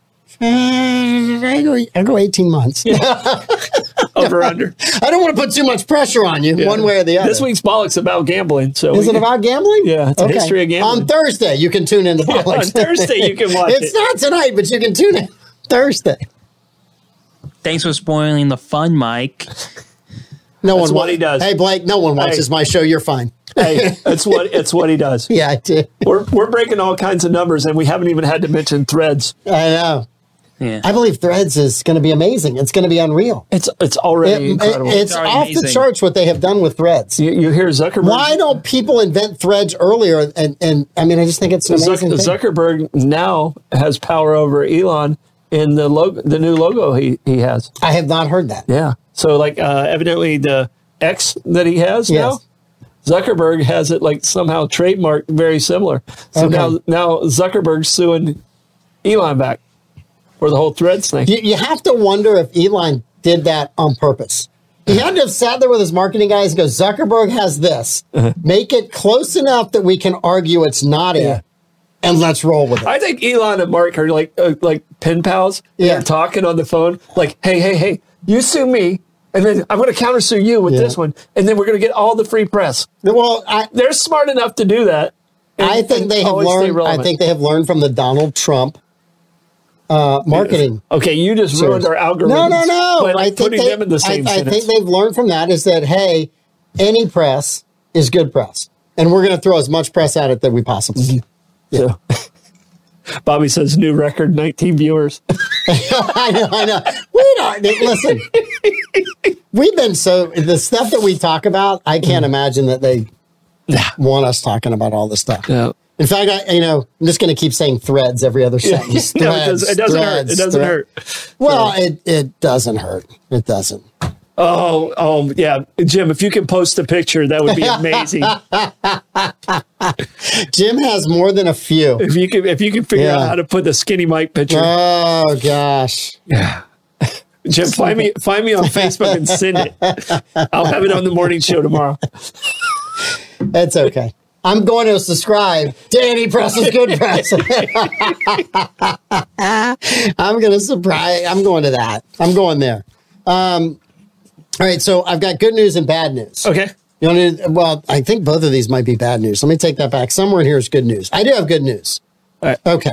Uh, I go, I go 18 months. Over under. [LAUGHS] I don't want to put too much pressure on you one way or the other. This week's Bollock's about gambling. So Is we- it about gambling? Yeah, it's a history of gambling. On Thursday, you can tune in [LAUGHS] to Bollocks. on Thursday you can watch it's it. not tonight, but you can tune in Thursday. Thanks for spoiling the fun, Mike. No That's one what he does. Hey Blake, no one watches my show. You're fine. hey, it's what it's what he does. Yeah, [LAUGHS] I do. We're we're breaking all kinds of numbers, and we haven't even had to mention threads. I know. Yeah. I believe Threads is going to be amazing. It's going to be unreal. It's it's already It- incredible. it- it's It's already off the amazing. charts what they have done with Threads. you, you hear Zuckerberg? Why don't people invent Threads earlier? And and I mean, I just think it's an Zuck- amazing. thing. Zuckerberg now has power over Elon in the logo, the new logo he, he has. I have not heard that. Yeah. So like uh, evidently the X that he has Yes. now, Zuckerberg has it like somehow trademarked very similar. So Okay. now now Zuckerberg's suing Elon back for the whole thread thing. You, you have to wonder if Elon did that on purpose. He had to have sat there with his marketing guys and go, Zuckerberg has this. Uh-huh. Make it close enough that we can argue it's not it, and let's roll with it. I think Elon and Mark are like uh, like pen pals. Yeah. They're talking on the phone. Like, hey, hey, hey, you sue me, and then I'm going to countersue you with Yeah. this one, and then we're going to get all the free press. well, I, They're smart enough to do that. and- I think and they have always stay learned. I relevant. think they have learned from the Donald Trump uh, marketing. Okay, you just ruined our algorithm. No, no, no. I By think putting they, them in the same I, I sentence. think they've learned from that is that hey, any press is good press, and we're going to throw as much press at it that we possibly Mm-hmm. can. So- [LAUGHS] Bobby says new record, 19 viewers. [LAUGHS] [LAUGHS] I know, I know. We don't listen. We've been so the stuff that we talk about. I Mm-hmm. can't imagine that they want us talking about all this stuff. No. In fact, I, you know, I'm just going to keep saying threads every other sentence. [LAUGHS] No, it, does, Threads, it doesn't hurt. It threads, doesn't thread- hurt. Well, it, it doesn't hurt. It doesn't. Oh, oh, yeah. Jim, if you can post a picture, [LAUGHS] that would be amazing. Jim has more than a few. if you can, if you can figure out Yeah. how to put the skinny Mike picture, Oh gosh. Jim, find me, find me on Facebook and send [LAUGHS] it. I'll have it on the morning show tomorrow. That's okay. I'm going to subscribe. Danny Press is [LAUGHS] good press. [LAUGHS] I'm going to surprise. I'm going to that. I'm going there. Um, all right. So I've got good news and bad news. Okay. You want to, well, I think both of these might be bad news. Let me take that back. Somewhere in here is good news. I do have good news. All right. Okay.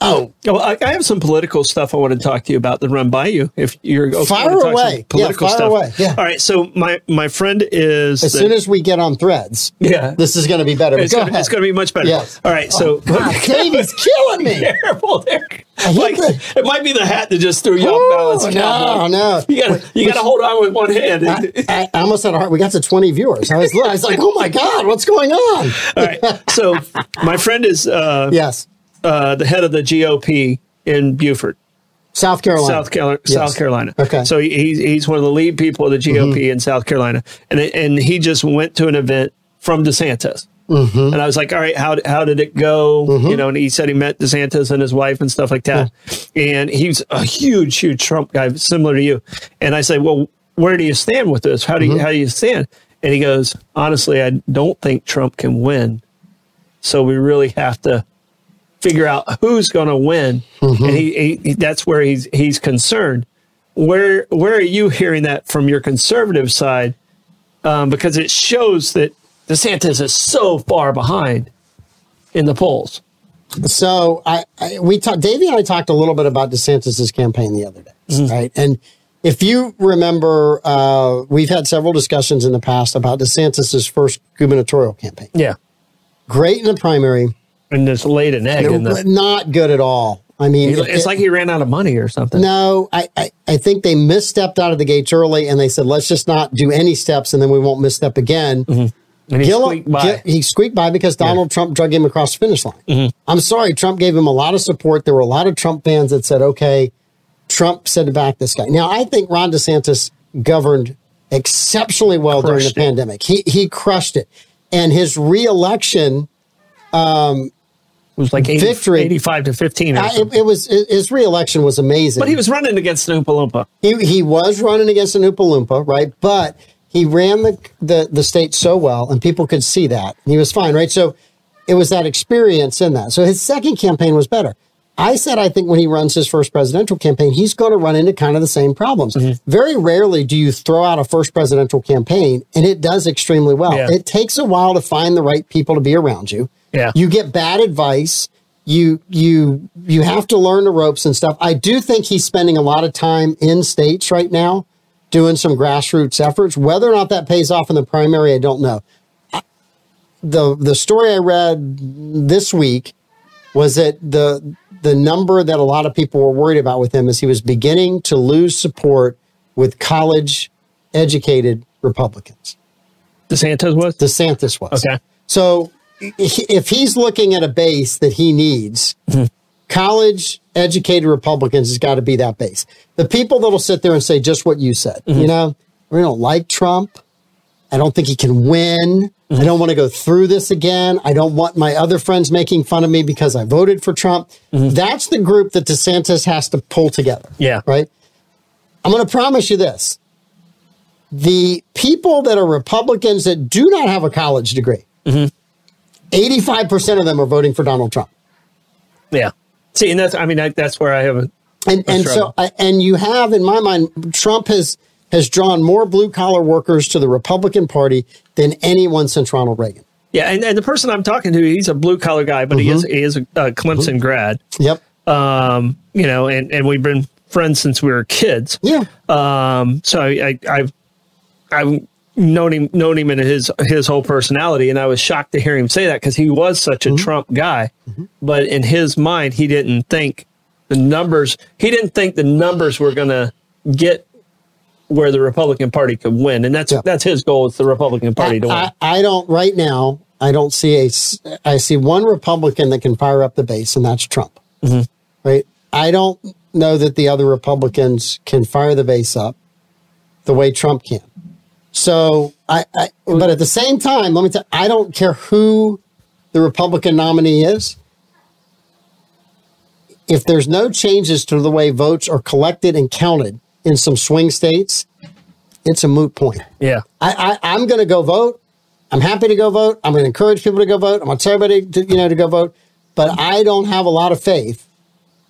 Oh, Oh, I, I have some political stuff I want to talk to you about that run by you. If you're okay, Fire to talk some away. Yeah, political fire stuff. away. Yeah. All right. So my my friend is as the- soon as we get on threads, yeah. this is going to be better. it's Go gonna, ahead. it's gonna be much better. Yes. Oh, All right. So [LAUGHS] Katie's killing me. terrible there. hate Like that. it might be the hat that just threw you off balance. Ooh, cowboy. no, no. You gotta you gotta hold on with one hand. I, I- I almost had a heart. We got to 20 viewers. I was, I was like, oh my God, what's going on? [LAUGHS] All right. So my friend is uh, Yes. uh, the head of the GOP in Buford. South Carolina. South Carolina. Yes. South Carolina. Okay. So he's he's one of the lead people of the GOP in South Carolina, and it- and he just went to an event from DeSantis, and I was like, all right, how how did it go? You know, and he said he met DeSantis and his wife and stuff like that, and he's a huge huge Trump guy, similar to you, and I said, well, where do you stand with this? How do you how do you stand? And he goes, honestly, I don't think Trump can win, so we really have to figure out who's going to win, and he, he that's where he's he's concerned. Where where are you hearing that from your conservative side? Um, because it shows that DeSantis is so far behind in the polls. So I, I we talked. Davey and I talked a little bit about DeSantis's campaign the other day, Mm-hmm. right? And if you remember, uh, we've had several discussions in the past about DeSantis's first gubernatorial campaign. Yeah, Great in the primary, and just laid an egg in but the. not good at all. I mean, it- It's like he ran out of money or something. no. I, I I think they misstepped out of the gates early, and they said, let's just not do any steps, and then we won't misstep again. Mm-hmm. and he Gil- squeaked by. Mm-hmm. Gil- he squeaked by because Donald Trump drug him across the finish line. I'm sorry, Trump gave him a lot of support. There were a lot of Trump fans that said, okay, Trump said to back this guy. Now, I think Ron DeSantis governed exceptionally well during the Crushed it. pandemic. He, he crushed it. And his reelection, it was like 80, victory. 85 to 15. Or I, something. it, it was his reelection was amazing. Mm-hmm. but he was running against an Oompa Loompa. he, he was running against an Oompa Loompa, right? But he ran the, the the state so well, and people could see that. And he was fine, right? So it was that experience in that. So his second campaign was better. I said, I think when he runs his first presidential campaign, he's going to run into kind of the same problems. Very rarely do you throw out a first presidential campaign and it does extremely well. Yeah. It takes a while to find the right people to be around you. Yeah. You get bad advice. You you you have to learn the ropes and stuff. I do think he's spending a lot of time in states right now doing some grassroots efforts. Whether or not that pays off in the primary, I don't know. I- The the story I read this week was that the the number that a lot of people were worried about with him is he was beginning to lose support with college educated Republicans. DeSantis was? DeSantis was. Okay. So i- if he's looking at a base that he needs, college educated Republicans has got to be that base. The people that'll sit there and say just what you said, you know, we don't like Trump. I don't think he can win. I don't want to go through this again. I don't want my other friends making fun of me because I voted for Trump. That's the group that DeSantis has to pull together. Yeah. Right. I'm going to promise you this the people that are Republicans that do not have a college degree, 85% of them are voting for Donald Trump. Yeah. See, and that's, I mean, I, that's where I have a. And, and trouble. so, I- and you have, in my mind, Trump has, has drawn more blue collar workers to the Republican Party than anyone since Ronald Reagan. Yeah, and, and the person I'm talking to, he's a blue collar guy, but he is he is a, a Clemson grad. Yep. Um, you know, and, and we've been friends since we were kids. Yeah. Um, so I, I I've I've known him known him and his his whole personality, and I was shocked to hear him say that because he was such a Mm-hmm. Trump guy, but in his mind, he didn't think the numbers he didn't think the numbers were going to get where the Republican Party could win, and that's Yeah. that's his goal is the Republican Party to win. I, I don't, right now, I don't see a, s- I see one Republican that can fire up the base, and that's Trump. Right. I don't know that the other Republicans can fire the base up the way Trump can. So I, I but at the same time, let me tell I don't care who the Republican nominee is. If there's no changes to the way votes are collected and counted in some swing states, it's a moot point. yeah, I, I I'm going to go vote. I'm happy to go vote. I'm going to encourage people to go vote. I'm going to tell everybody to, you know to go vote. But I don't have a lot of faith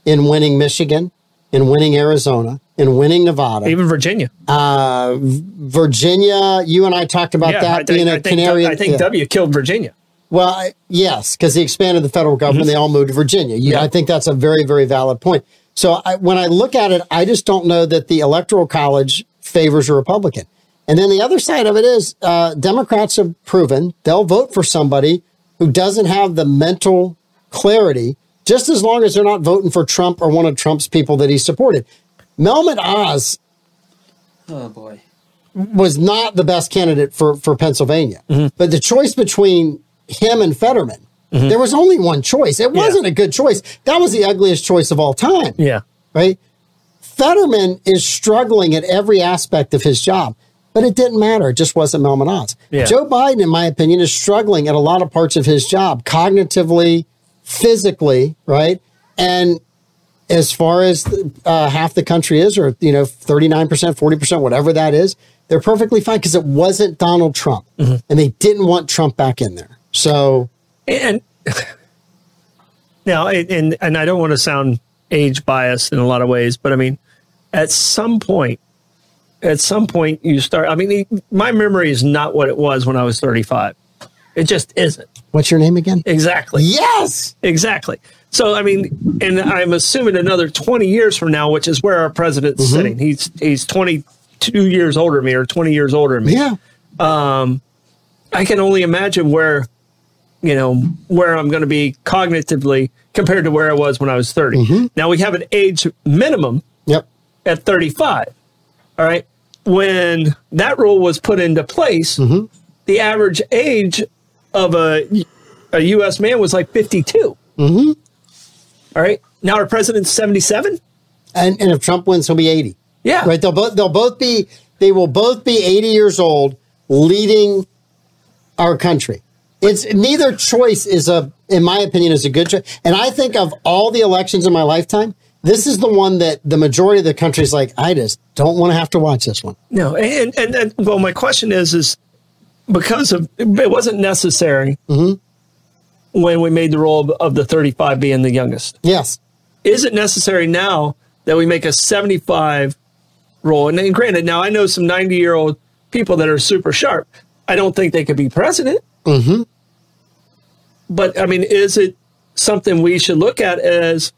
in winning Michigan, in winning Arizona, in winning Nevada, even Virginia. Virginia. You and I talked about that I, being a I think, canary. I think yeah. W killed Virginia. Well, I, yes, because he expanded the federal government. They all moved to Virginia. You, Yeah. I think that's a very, very valid point. So I, when I look at it, I just don't know that the electoral college favors a Republican. And then the other side of it is uh, Democrats have proven they'll vote for somebody who doesn't have the mental clarity, just as long as they're not voting for Trump or one of Trump's people that he supported. Melman Oz Oh boy. was not the best candidate for for Pennsylvania. But the choice between him and Fetterman, there was only one choice. It wasn't a good choice. That was the ugliest choice of all time. Yeah. Right? Fetterman is struggling at every aspect of his job, but it didn't matter. It just wasn't Melman Oz. Yeah. Joe Biden, in my opinion, is struggling at a lot of parts of his job, cognitively, physically, right? And as far as uh, half the country is, or you know, thirty nine percent, forty percent, whatever that is, they're perfectly fine because it wasn't Donald Trump, and they didn't want Trump back in there. So and [LAUGHS] now and- and and I don't want to sound age biased in a lot of ways, but I mean, at some point, at some point you start. I mean, the- my memory is not what it was when I was thirty five. It just isn't what's your name again? exactly Yes, exactly. So I mean, and I'm assuming another twenty years from now, which is where our president's sitting. He's he's twenty two years older than me or twenty years older than me. yeah, I can only imagine where, you know, where I'm going to be cognitively compared to where I was when I was 30. Now we have an age minimum yep, at 35. All right. When that rule was put into place, the average age of a, a U.S. man was like 52. All right. Now our president's 77. and and if Trump wins, he'll be eighty. Yeah. [LAUGHS] Right? They'll both they'll both be they will both be eighty years old, leading our country. It's neither choice is a, in my opinion, is a good choice. And I think of all the elections in my lifetime, this is the one that the majority of the country's like, I just don't want to have to watch this one. No, and, and and well, my question is is because of it wasn't necessary when we made the rule of, of the thirty five being the youngest. Yes. Is it necessary now that we make a seventy five rule? And, and granted, now I know some ninety year old people that are super sharp. I don't think they could be president. Mm-hmm. But I mean, is it something we should look at as?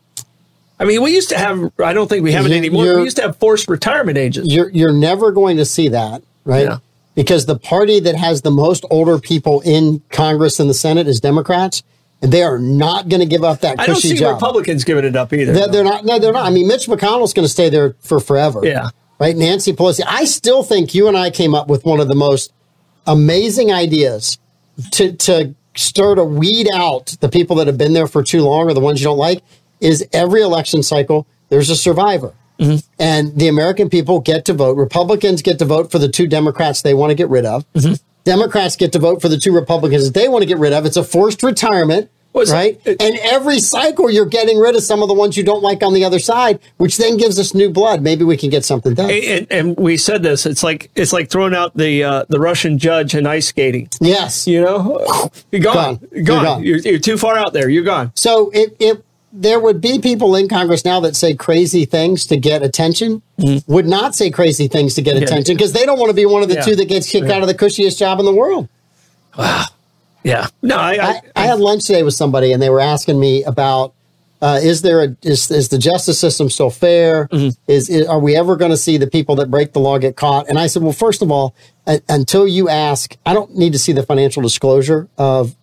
I mean, we used to have. I don't think we have it You- anymore. you're- We used to have forced retirement ages. You're you're never going to see that, right? Yeah. Because the party that has the most older people in Congress and the Senate is Democrats, and they are not going to give up that I don't cushy see job. Republicans giving it up either. They're, they're not. No, they're not. I mean, Mitch McConnell's going to stay there for forever. Yeah. Right. Nancy Pelosi. I still think you and I came up with one of the most amazing ideas to to start to weed out the people that have been there for too long or the ones you don't like. Is every election cycle there's a survivor, Mm-hmm. and the American people get to vote. Republicans get to vote for the two Democrats they want to get rid of. Mm-hmm. Democrats get to vote for the two Republicans that they want to get rid of. It's a forced retirement, Was- right? it- and every cycle, you're getting rid of some of the ones you don't like on the other side, which then gives us new blood. Maybe we can get something done. and, and we said this. It's like it's like throwing out the uh, the Russian judge in ice skating. yes. [SIGHS] You know, you're gone, Gone. You're You're gone. gone. You're, you're too far out there. You're gone. So it, it there would be people in Congress now that say crazy things to get attention, would not say crazy things to get attention because they don't want to be one of the Mm-hmm. Yeah. two that gets kicked out of the cushiest job in the world. Yeah. No, I, I, I, I had lunch today with somebody, and they were asking me about uh, is there a is, is the justice system still fair? Is, is are we ever going to see the people that break the law get caught? And I said, well, first of all, u- until you ask, I don't need to see the financial disclosure of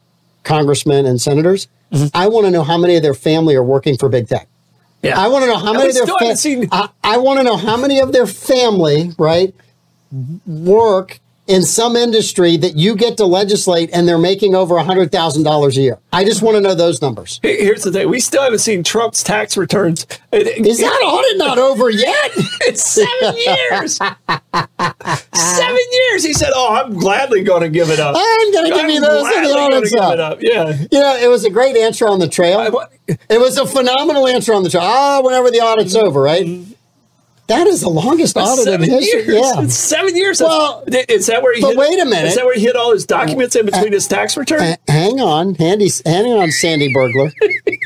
congressmen and senators. I want to know how many of their family are working for big tech. yeah. I want to know how And many we of their still fa- haven't seen- I, I want to know how many of their family, right, work in some industry that you get to legislate and they're making over $100,000 a year. I just want to know those numbers. Here- Here's the thing: we still haven't seen Trump's tax returns. It- it- Is that audit not over yet? [LAUGHS] It's seven years. seven years. He said, "Oh, I'm gladly going to give it up. I'm going to give you those and the gladly gonna audit's give it up. up." Yeah. You know, it was a great answer on the trail. wa- It was a phenomenal answer on the trail. Ah, whenever the audit's over, right? That is the longest audit in Mm-hmm. seven history. years. Yeah. It's seven years. Well, is that where he? but hid, wait a minute. Is that where he hid all his documents in between his tax return? Uh, hang on, Handy, hang on, Sandy Burglar,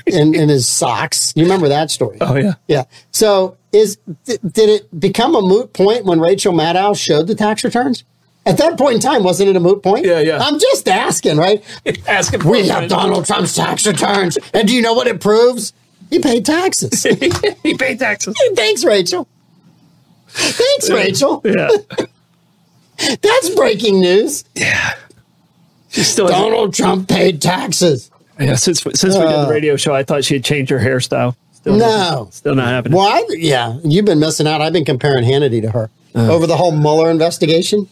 in, in his socks. You remember that story? oh yeah. Yeah. So is th- did it become a moot point when Rachel Maddow showed the tax returns? At that point in time, wasn't it a moot point? Yeah, yeah. I'm just asking, [LAUGHS] right? Ask him. We have Donald Trump's tax returns. And do you know what it proves? He paid [LAUGHS] taxes. he paid taxes. Thanks, Rachel. Thanks, Rachel. [LAUGHS] Yeah. That's breaking news. She still hasn't- Donald Trump paid taxes. Yeah, since since we did Uh, the radio show, I thought she had changed her hairstyle. Still No. still not happening. Well, I, yeah, you've been missing out. I've been comparing Hannity to her over the whole Mueller investigation.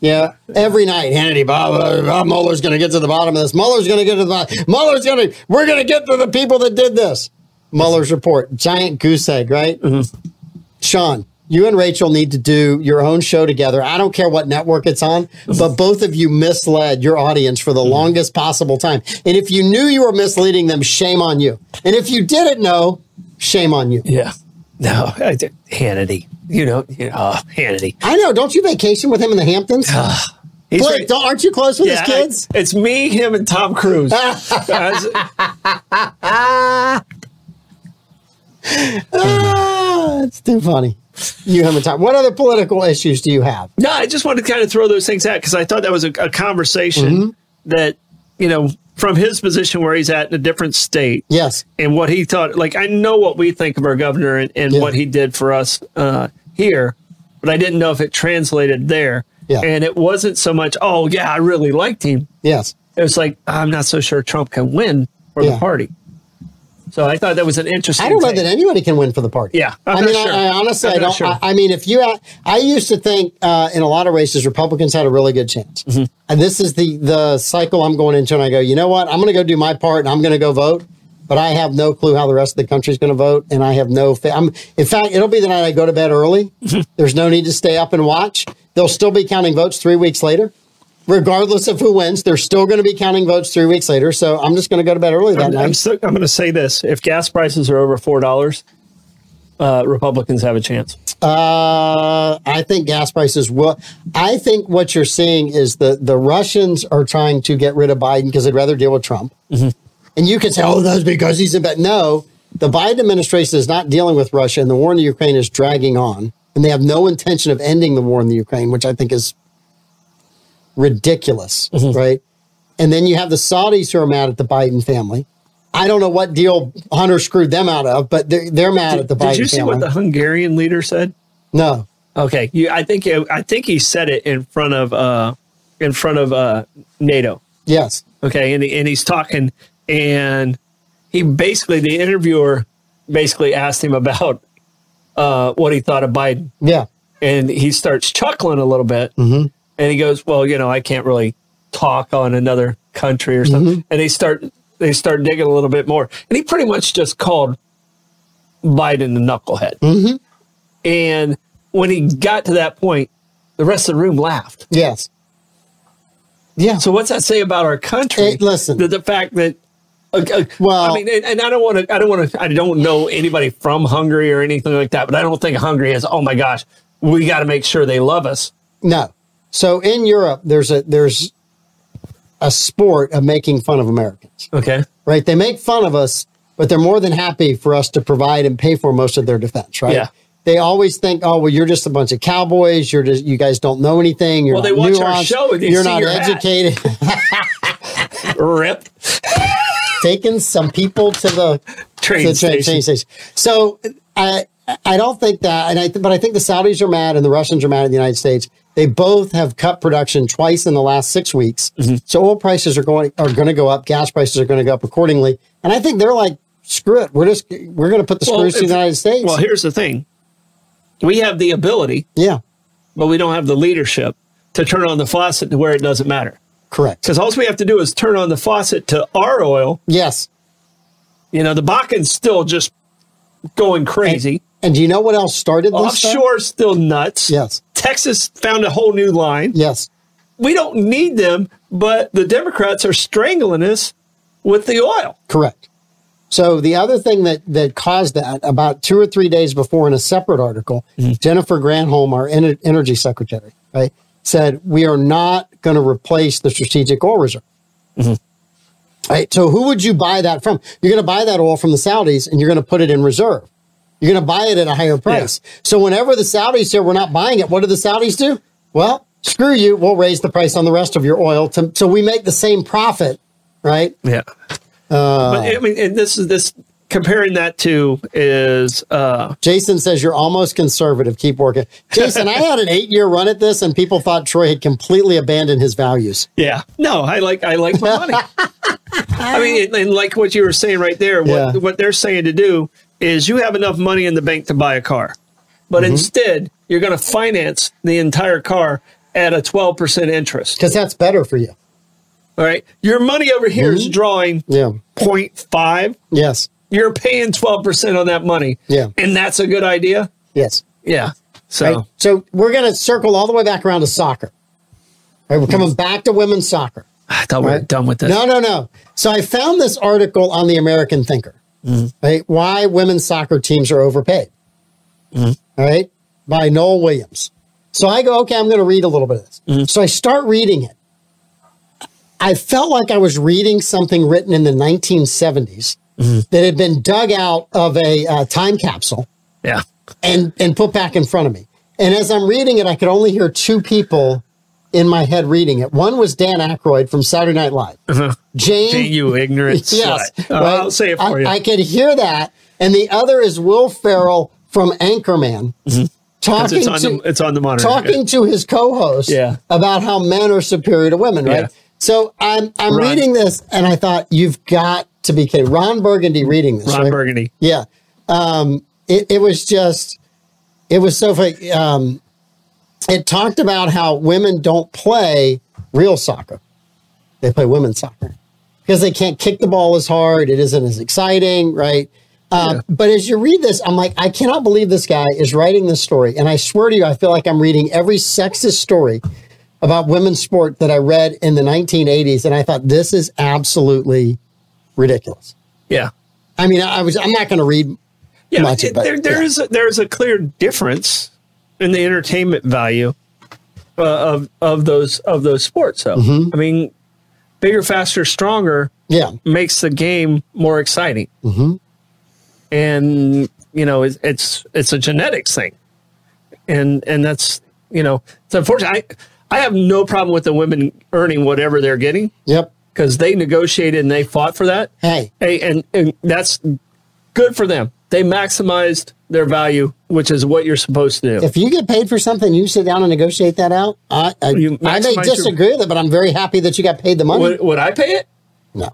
Yeah, every night, Hannity, Bob, uh, Bob Mueller's going to get to the bottom of this. Mueller's going to get to the bottom. Mueller's going to, we're going to get to the people that did this. Mueller's report, giant goose egg, right? Sean, you and Rachel need to do your own show together. I don't care what network it's on, but both of you misled your audience for the longest possible time. And if you knew you were misleading them, shame on you. And if you didn't know, shame on you. Yeah. No, I did- Hannity. You know, you know, uh, Hannity. I know. Don't you vacation with him in the Hamptons? [SIGHS] He's Blake, right- don't, aren't you close with Yeah, his I- [LAUGHS] kids? it's me, him, and [LAUGHS] Tom Cruise. That's- ah, it's too funny. You haven't time. What other political issues do you have? no, I just wanted to kind of throw those things out because I thought that was a, a conversation Mm-hmm. that you know from his position where he's at in a different state. Yes. and what he thought. Like I know what we think of our governor and, and Yeah. what he did for us uh, here, but I didn't know if it translated there. Yeah. And it wasn't so much, oh yeah, I really liked him. Yes. It was like I'm not so sure Trump can win for Yeah. the party. So I thought that was an interesting. I don't know take. that anybody can win for the party. Yeah, I'm i not mean, sure. I, I honestly, I'm I not don't. sure. I, I mean, if you, ha- I used to think uh, in a lot of races Republicans had a really good chance, Mm-hmm. and this is the the cycle I'm going into, and I go, you know what, I'm going to go do my part, and I'm going to go vote, but I have no clue how the rest of the country's going to vote, and I have no. Fa- I'm, in fact, it'll be the night I go to bed early. Mm-hmm. There's no need to stay up and watch. They'll still be counting votes three weeks later. Regardless of who wins, they're still going to be counting votes three weeks later. So I'm just going to go to bed early that I'm, night. I'm, still, I'm going to say this: if gas prices are over four dollars, uh, Republicans have a chance. Uh, I think gas prices will. I think what you're seeing is the the Russians are trying to get rid of Biden because they'd rather deal with Trump. Mm-hmm. And you can say, "Oh, that's because he's in bed." No, the Biden administration is not dealing with Russia, and the war in the Ukraine is dragging on, and they have no intention of ending the war in the Ukraine, which I think is ridiculous, Mm-hmm. right? And then you have the Saudis who are mad at the Biden family. I don't know what deal Hunter screwed them out of, but they're, they're mad at the Biden Did you see family. what the Hungarian leader said? no. Okay, you, I think uh, I think he said it in front of uh, in front of uh, NATO. Yes. Okay, and he, and he's talking, and he basically the interviewer basically asked him about uh, what he thought of Biden, Yeah. and he starts chuckling a little bit, Mm-hmm. and he goes, "Well, you know, I can't really talk on another country or something," Mm-hmm. and they start they start digging a little bit more, and he pretty much just called Biden a knucklehead, Mm-hmm. and when he got to that point, the rest of the room laughed. Yes. Yeah. So what's that say about our country? Hey, listen. the, the fact that. Uh, uh, Well- I mean, and, and I don't want to. I don't want to. I don't know anybody from Hungary or anything like that. But I don't think Hungary is. Oh my gosh, we got to make sure they love us. no. So in Europe, there's a there's a sport of making fun of Americans, Okay. right? They make fun of us, but they're more than happy for us to provide and pay for most of their defense, right? Yeah. They always think, oh well, you're just a bunch of cowboys. You're just you guys don't know anything. You're Well, they not watch our nuanced. show and they You're see not your hat." educated. [LAUGHS] Rip. Taking some people to the Train to the train, station. train station. So I I don't think that, and I but I think the Saudis are mad and the Russians are mad at the United States. They both have cut production twice in the last six weeks. Mm-hmm. So oil prices are going are going to go up. Gas prices are going to go up accordingly. And I think they're like, screw it. We're just we're going to put the Well, screws to if- the United States. Well, here's the thing. We have the ability, yeah, but we don't have the leadership to turn on the faucet to where it doesn't matter. correct. Because all we have to do is turn on the faucet to our oil. Yes. You know, the Bakken's still just going crazy. And do you know what else Oh, started this? stuff? Offshore's still nuts. Yes. Texas found a whole new line. Yes. We don't need them, but the Democrats are strangling us with the oil. Correct. So the other thing that that caused that about two or three days before in a separate article, Jennifer Granholm, our ener- energy secretary, right, said we are not going to replace the strategic oil reserve. Right. So who would you buy that from? You're going to buy that oil from the Saudis and you're going to put it in reserve. You're going to buy it at a higher price. So whenever the Saudis say we're not buying it, what do the Saudis do? Well, screw you, we'll raise the price on the rest of your oil to, so we make the same profit, right? Yeah. but I mean, and this is this comparing that to is uh, Jason says you're almost conservative. Keep working. Jason, I had an eight year run at this, and people thought Troy had completely abandoned his values. yeah. No, I like I like my [LAUGHS] money. I mean, and, and like what you were saying right there, what Yeah. what they're saying to do is you have enough money in the bank to buy a car, but Mm-hmm. instead you're going to finance the entire car at a twelve percent interest. Because that's better for you. All right, your money over here Mm-hmm. is drawing Yeah. 0.5. Yes. You're paying twelve percent on that money. Yeah. and that's a good idea. Yes. Yeah. So Right? So we're going to circle all the way back around to soccer. All right, we're coming back to women's soccer. [SIGHS] I thought we were Right. done with this. No, no, no. So I found this article on the American Thinker. Right? Why women's soccer teams are overpaid. All right? By Noel Williams. So I go, okay, I'm going to read a little bit of this. So I start reading it. I felt like I was reading something written in the 1970s that had been dug out of a uh, time capsule Yeah. and and put back in front of me. And as I'm reading it, I could only hear two people in my head reading it. One was Dan Aykroyd from Saturday Night Live. Jane, Hey, Uh-huh. you ignorant [LAUGHS] yes, slut. Uh, right? I'll say it I- for you. I could hear that, and the other is Will Ferrell from Anchorman talking Mm-hmm. it's on to the it's on the monitor. talking to his co-host Yeah. about how men are superior to women, right? Yeah. So I'm I'm Ron. reading this, and I thought you've got to be kidding. Ron Burgundy reading this, Ron right? Burgundy. Yeah. Um, it, it was just, it was so funny. Um, it talked about how women don't play real soccer, they play women's soccer because they can't kick the ball as hard. It isn't as exciting, right? Um, But as you read this, I'm like, I cannot believe this guy is writing this story. And I swear to you, I feel like I'm reading every sexist story about women's sport that I read in the 1980s. And I thought, this is absolutely ridiculous. Yeah. I mean, I was. I'm not going to read. Yeah. Much it- about- there, there yeah. is a, there is a clear difference in the entertainment value uh, of of those of those sports. Though I mean, bigger, faster, stronger Yeah, makes the game more exciting. Mm-hmm. And you know, it's, it's it's a genetics thing, and and that's you know, it's unfortunate. I I have no problem with the women earning whatever they're getting. yep. because they negotiated and they fought for that. Hey. Hey, and, and that's good for them. They maximized their value, which is what you're supposed to do. If you get paid for something, you sit down and negotiate that out. I I, You I may maximize your- disagree with it, but I'm very happy that you got paid the money. would, would I pay it? no,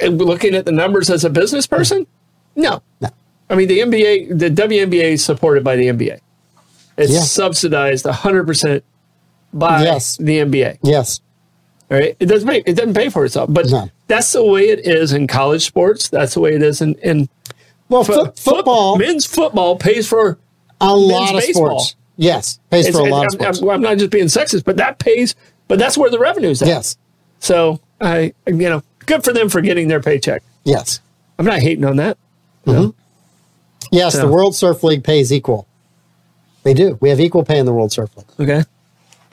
And Looking at the numbers as a business person? No. No. I mean, the NBA, the WNBA is supported by the NBA. It's Yeah. subsidized 100% by Yes. the NBA. yes, All right. It doesn't pay, it doesn't pay for itself, but No. that's the way it is in college sports. That's the way it is in, in well, fo- foot football, Men's football pays for a lot of men's baseball. sports. Yes, pays It's- for a it- lot of I'm, sports. I'm- I'm not just being sexist, but that pays. But that's where the revenue's at. yes, So I, you know, good for them for getting their paycheck. yes, I'm not hating on that. Mm-hmm. yes. So- The World Surf League pays equal. They do. We have equal pay in the World Surf League. Okay.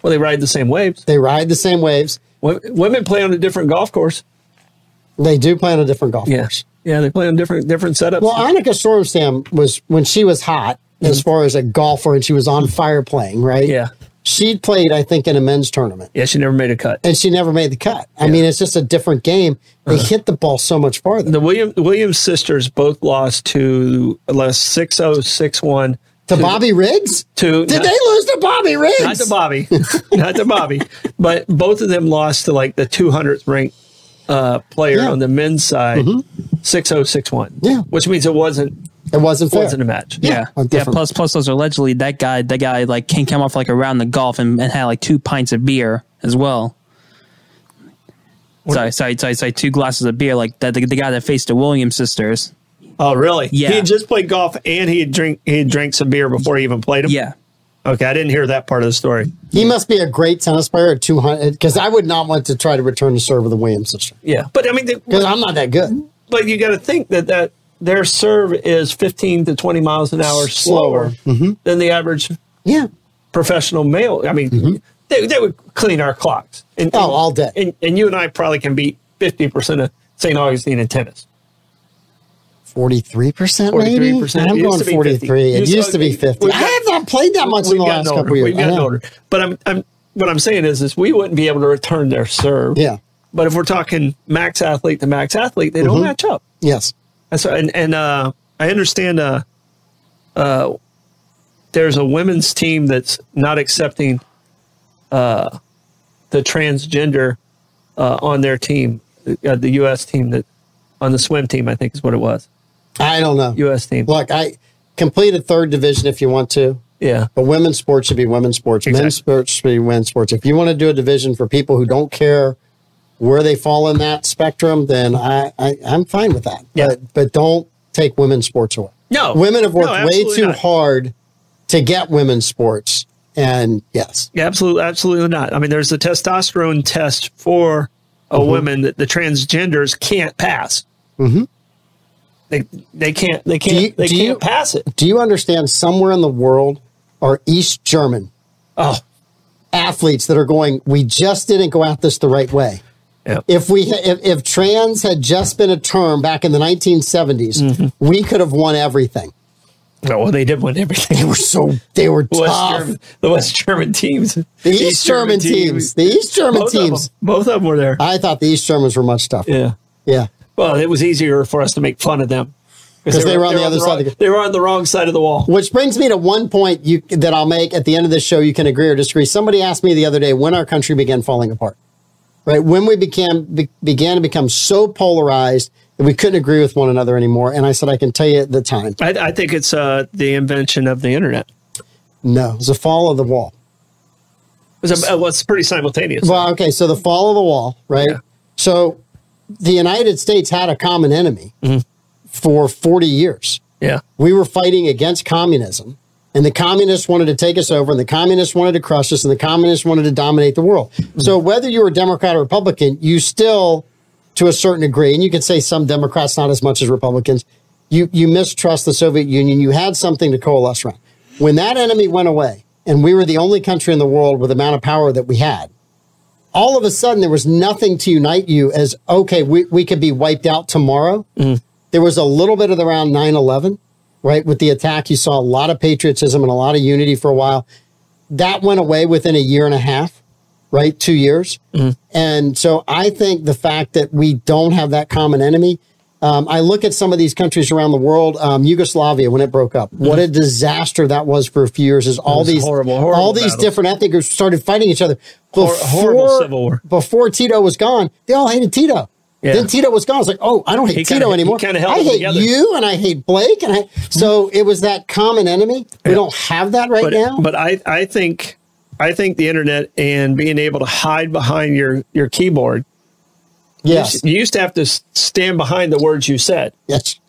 Well, they ride the same waves. They ride the same waves. Wo- Women play on a different golf course. They do play on a different golf course. Yeah, they play on different different setups. Well, Annika Sorenstam was when she was hot as far as a golfer and she was on fire playing, right? Mm-hmm. Yeah. She played, I think, in a men's tournament yeah, she never made a cut. and she never made the cut. I mean, it's just a different game. They Uh-huh. hit the ball so much farther. The William the Williams sisters both lost to last six oh six one to Bobby Riggs? to Did they lose to Bobby Riggs? not to Bobby, [LAUGHS] not to Bobby, but both of them lost to like the 200th ranked uh, player Yeah. Mm-hmm. on the men's side, 6061. Yeah. which means it wasn't It wasn't fair. wasn't a match. Yeah, Yeah. on Yeah. different- Plus, plus those are allegedly that guy, that guy like came, came off like around the golf and, and had like two pints of beer as well. Sorry, sorry, sorry, sorry. Two glasses of beer, like that. The, the guy that faced the Williams sisters. Oh, really? Yeah. He had just played golf and he had drink he had drank some beer before he even played him. Yeah, Okay, I didn't hear that part of the story. He must be a great tennis player at 200 because I would not want to try to return to serve with a Williams sister Yeah, but I mean, the, because I'm not that good. but you got to think that that their serve is 15 to 20 miles an hour slower, Mm-hmm. than the average Yeah. professional male. I mean, they, they would clean our clocks. And, Mm-hmm. Oh, all day. And, and you and I probably can beat 50% of St. Augustine in tennis. 43% maybe? 43%. I'm It used going to be 43. 50. It Used to- used to be 50. we've I got- have not played that much in We've the gotten last older. couple years. We've I gotten know. older. But I'm, I'm, what I'm saying is, is we wouldn't be able to return their serve. Yeah. But if we're talking max athlete to max athlete, they Mm-hmm. don't match up. Yes. And so, and, and uh, I understand uh, uh, there's a women's team that's not accepting uh, the transgender uh, on their team, uh, the U.S. team that on the swim team, I think is what it was. I don't know. U.S. team. Look, I complete a third division if you want to. Yeah. But women's sports should be women's sports. Exactly. Men's sports should be men's sports. If you want to do a division for people who don't care where they fall in that spectrum, then I, I I'm fine with that. Yeah. But but don't take women's sports away. No. Women have worked No, way absolutely too not. hard to get women's sports. And yes. Yeah, absolutely, absolutely not. I mean, there's a testosterone test for a Mm-hmm. woman that the transgenders can't pass. Mm-hmm. They they can't they can't you- they do can't you- pass it. Do you understand somewhere in the world are East German Oh, athletes that are going, we just didn't go at this the right way. yeah. If we if, if trans had just been a term back in the 1970s, we could have won everything. No, well, they did win everything. They were so they were The West, tough. German, the West German teams, the The East, German teams, the East German both teams. Of them, both of them were there. I thought the East Germans were much tougher. yeah. Yeah, Well, it was easier for us to make fun of them 'Cause they were on the other side Wrong, of the- they were on the wrong side of the wall. which brings me to one point you, that I'll make at the end of this show. You can agree or disagree. Somebody asked me the other day when our country began falling apart. Right when we began be, began to become so polarized that we couldn't agree with one another anymore. And I said, I can tell you at the time. I, I think it's uh, the invention of the internet. No, it was the fall of the wall. It was, a, well, it's pretty simultaneous. Well, okay, so the fall of the wall, right? Yeah. So the United States had a common enemy for 40 years. yeah. We were fighting against communism, and the communists wanted to take us over, and the communists wanted to crush us, and the communists wanted to dominate the world. So whether you were Democrat or Republican, you still, to a certain degree, and you could say some Democrats not as much as Republicans, you, you mistrust the Soviet Union. You had something to coalesce around. When that enemy went away, and we were the only country in the world with the amount of power that we had, all of a sudden there was nothing to unite you as okay we, we could be wiped out tomorrow Mm-hmm. there was a little bit of the around 9-11 right with the attack you saw a lot of patriotism and a lot of unity for a while that went away within a year and a half right two years Mm-hmm. and so i think the fact that we don't have that common enemy um, i look at some of these countries around the world um, yugoslavia when it broke up what a disaster that was for a few years is all Mm-hmm. was these horrible, horrible all these battles. different ethnic groups started fighting each other horrible civil war. before Tito was gone, they all hated Tito. Yeah. Then Tito was gone. It's like, oh, I don't hate He Tito kinda- he anymore. kinda held I them hate together. you, and I hate Blake, and I. So it was that common enemy. We don't have that right but now. but I, I think I think the internet and being able to hide behind your your keyboard. yes, You used to have to s- stand behind the words you said. yes,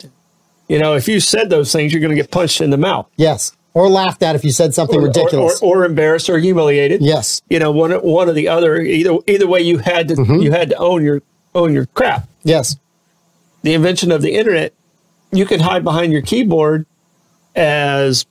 You know, if you said those things, you're going to get punched in the mouth, yes. Or laughed at if you said something Or- ridiculous. or, or, embarrassed or humiliated. yes, You know, one one or the other. Either either way, you had to Mm-hmm. you had to own your own your crap. yes, The invention of the internet, you can hide behind your keyboard as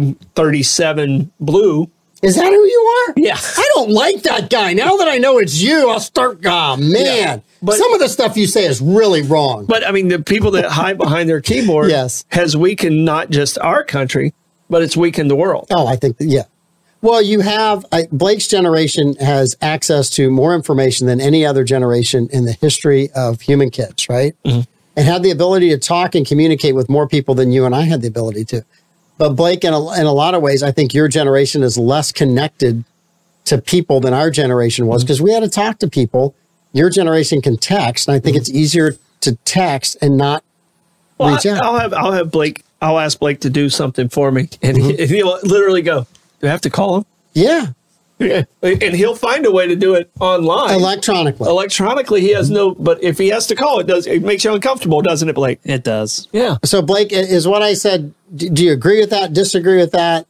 HT37 blue. is that who you are? Yeah. I don't like that guy. Now that I know it's you, I'll start. Ah, man, But- some of the stuff you say is really wrong. But I mean, the people that hide behind their [LAUGHS] keyboard Yes. has weakened not just our country, but it's weakened the world. Oh, I think that, yeah. Well, you have I, Blake's generation has access to more information than any other generation in the history of human kids, right? And had the ability to talk and communicate with more people than you and I had the ability to. But Blake, in a, in a lot of ways, I think your generation is less connected to people than our generation was because we had to talk to people. Your generation can text, and I think it's easier to text and not Well, reach I, out. I'll have I'll have Blake. I'll ask Blake to do something for me, and, Mm-hmm. he, and he'll literally go. Do I have to call him? yeah, Yeah. And he'll find a way to do it online. electronically. Electronically, he has no. But if he has to call, it does. It makes you uncomfortable, doesn't it, Blake? It does. Yeah. so, Blake, i- is what I said. d- do you agree with that? Disagree with that?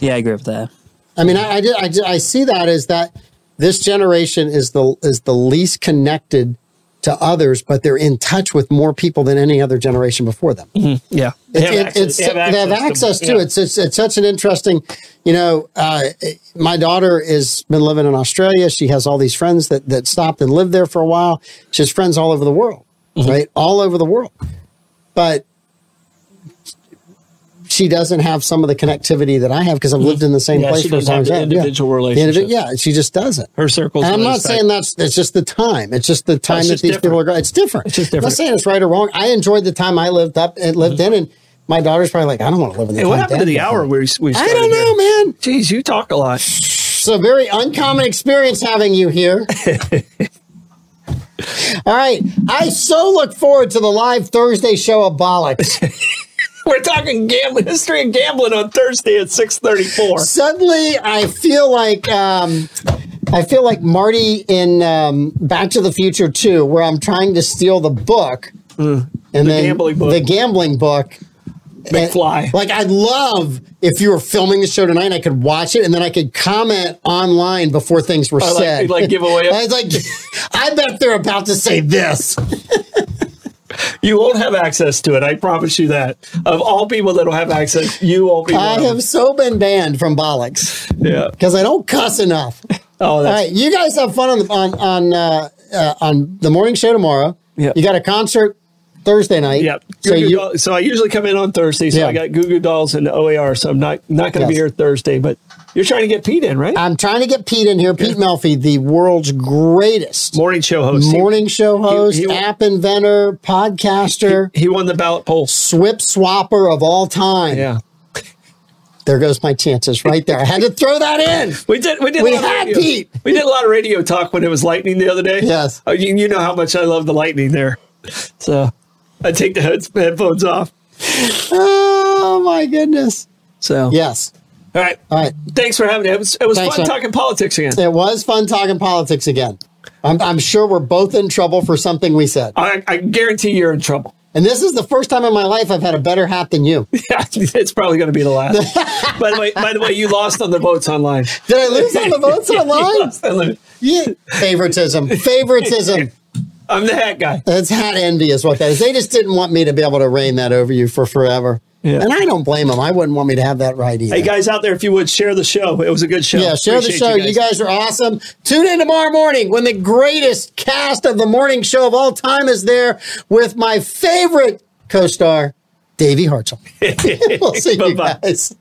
Yeah, I agree with that. I mean, I, I, did, I, did- I see that as that this generation is the is the least connected to others, but they're in touch with more people than any other generation before them. Yeah. They It's- have it- access- it's- they They have have access to yeah. it. It's, it's it's such an interesting, you know. Uh, it- my daughter has been living in Australia. She has all these friends that that stopped and lived there for a while. She has friends all over Mm-hmm. the world, right? All over the world, but she doesn't have some of the connectivity that I have because I've lived in the same Mm-hmm. Yeah, place. she for doesn't have times the that. individual The indivi- relationship. yeah, she just doesn't. Her circles. And I'm are not as tight. saying that's it's just the time. It's just the time it's that just these people different. are. growing. It's different. It's just I'm different. not saying it's right or wrong. I enjoyed the time I lived up and lived in, and my daughter's probably like, I don't want to live in the. Hey, time what happened Dad to the lived in." hour we we? I started don't here? know, man. Jeez, you talk a lot. [LAUGHS] It's a very uncommon experience having you here. All right, I so look forward to the live Thursday show of bollocks. We're talking gambling history and gambling on Thursday at six thirty four. suddenly I feel like um, I feel like Marty in um, Back to the Future 2, where I'm trying to steal the book and the then Mm. gambling book. the gambling book. And- McFly. like I'd love if you were filming the show tonight, I could watch it and then I could comment online before things were like- said. like [LAUGHS] give away- I was like, I bet they're about to say this. You won't have access to it. I promise you that. Of all people that will have access, you won't be. I one. have so been banned from bollocks Yeah. because I don't cuss enough. Oh, All that's right, you guys have fun on the, on on uh, uh, on the morning show tomorrow. Yeah. You got a concert Thursday night. Yeah. So Goo Goo you Doll- so I usually come in on Thursday. So Yeah. I got Goo Goo Dolls and OAR. So I'm not not going to be Yes. here Thursday. But you're trying to get Pete in, right? I'm trying to get Pete in here, Pete Melfi, the world's greatest morning show host. He- morning show host, he- app inventor, podcaster, He, won the ballot poll. swip swapper of all time. Yeah. There goes my chances right there. I had to throw that in. [LAUGHS] We did. We did. We a lot of had radio- Pete. We did a lot of radio talk when it was lightning the other day. Yes. Oh, you, you know how much I love the lightning there. So I take the heads, headphones off. Oh my goodness. So Yes. All right. All right. Thanks for having me. It was, it was Thanks, fun man. talking politics again. It was fun talking politics again. I'm, I'm sure we're both in trouble for something we said. I, I guarantee you're in trouble. [LAUGHS] And this is the first time in my life I've had a better hat than you. Did Yeah, it's probably going to be [LAUGHS] the last. by the way, by the way, you lost on the votes online. I lose on the votes [LAUGHS] You online? lost on the- Yeah. Favoritism. Favoritism. I'm the hat guy. That's hat envy is what that is. They just didn't want me to be able to reign that over you for forever. Yeah. And I don't blame them. I wouldn't want me to have that right either. Hey guys out there, if you would share the show, it was a good show. yeah, share the Appreciate show. You guys. are awesome. Tune in tomorrow morning when the greatest cast of the morning show of all time is there [LAUGHS] with my favorite co-star, Davey Hartzell. we'll see you Bye-bye. guys.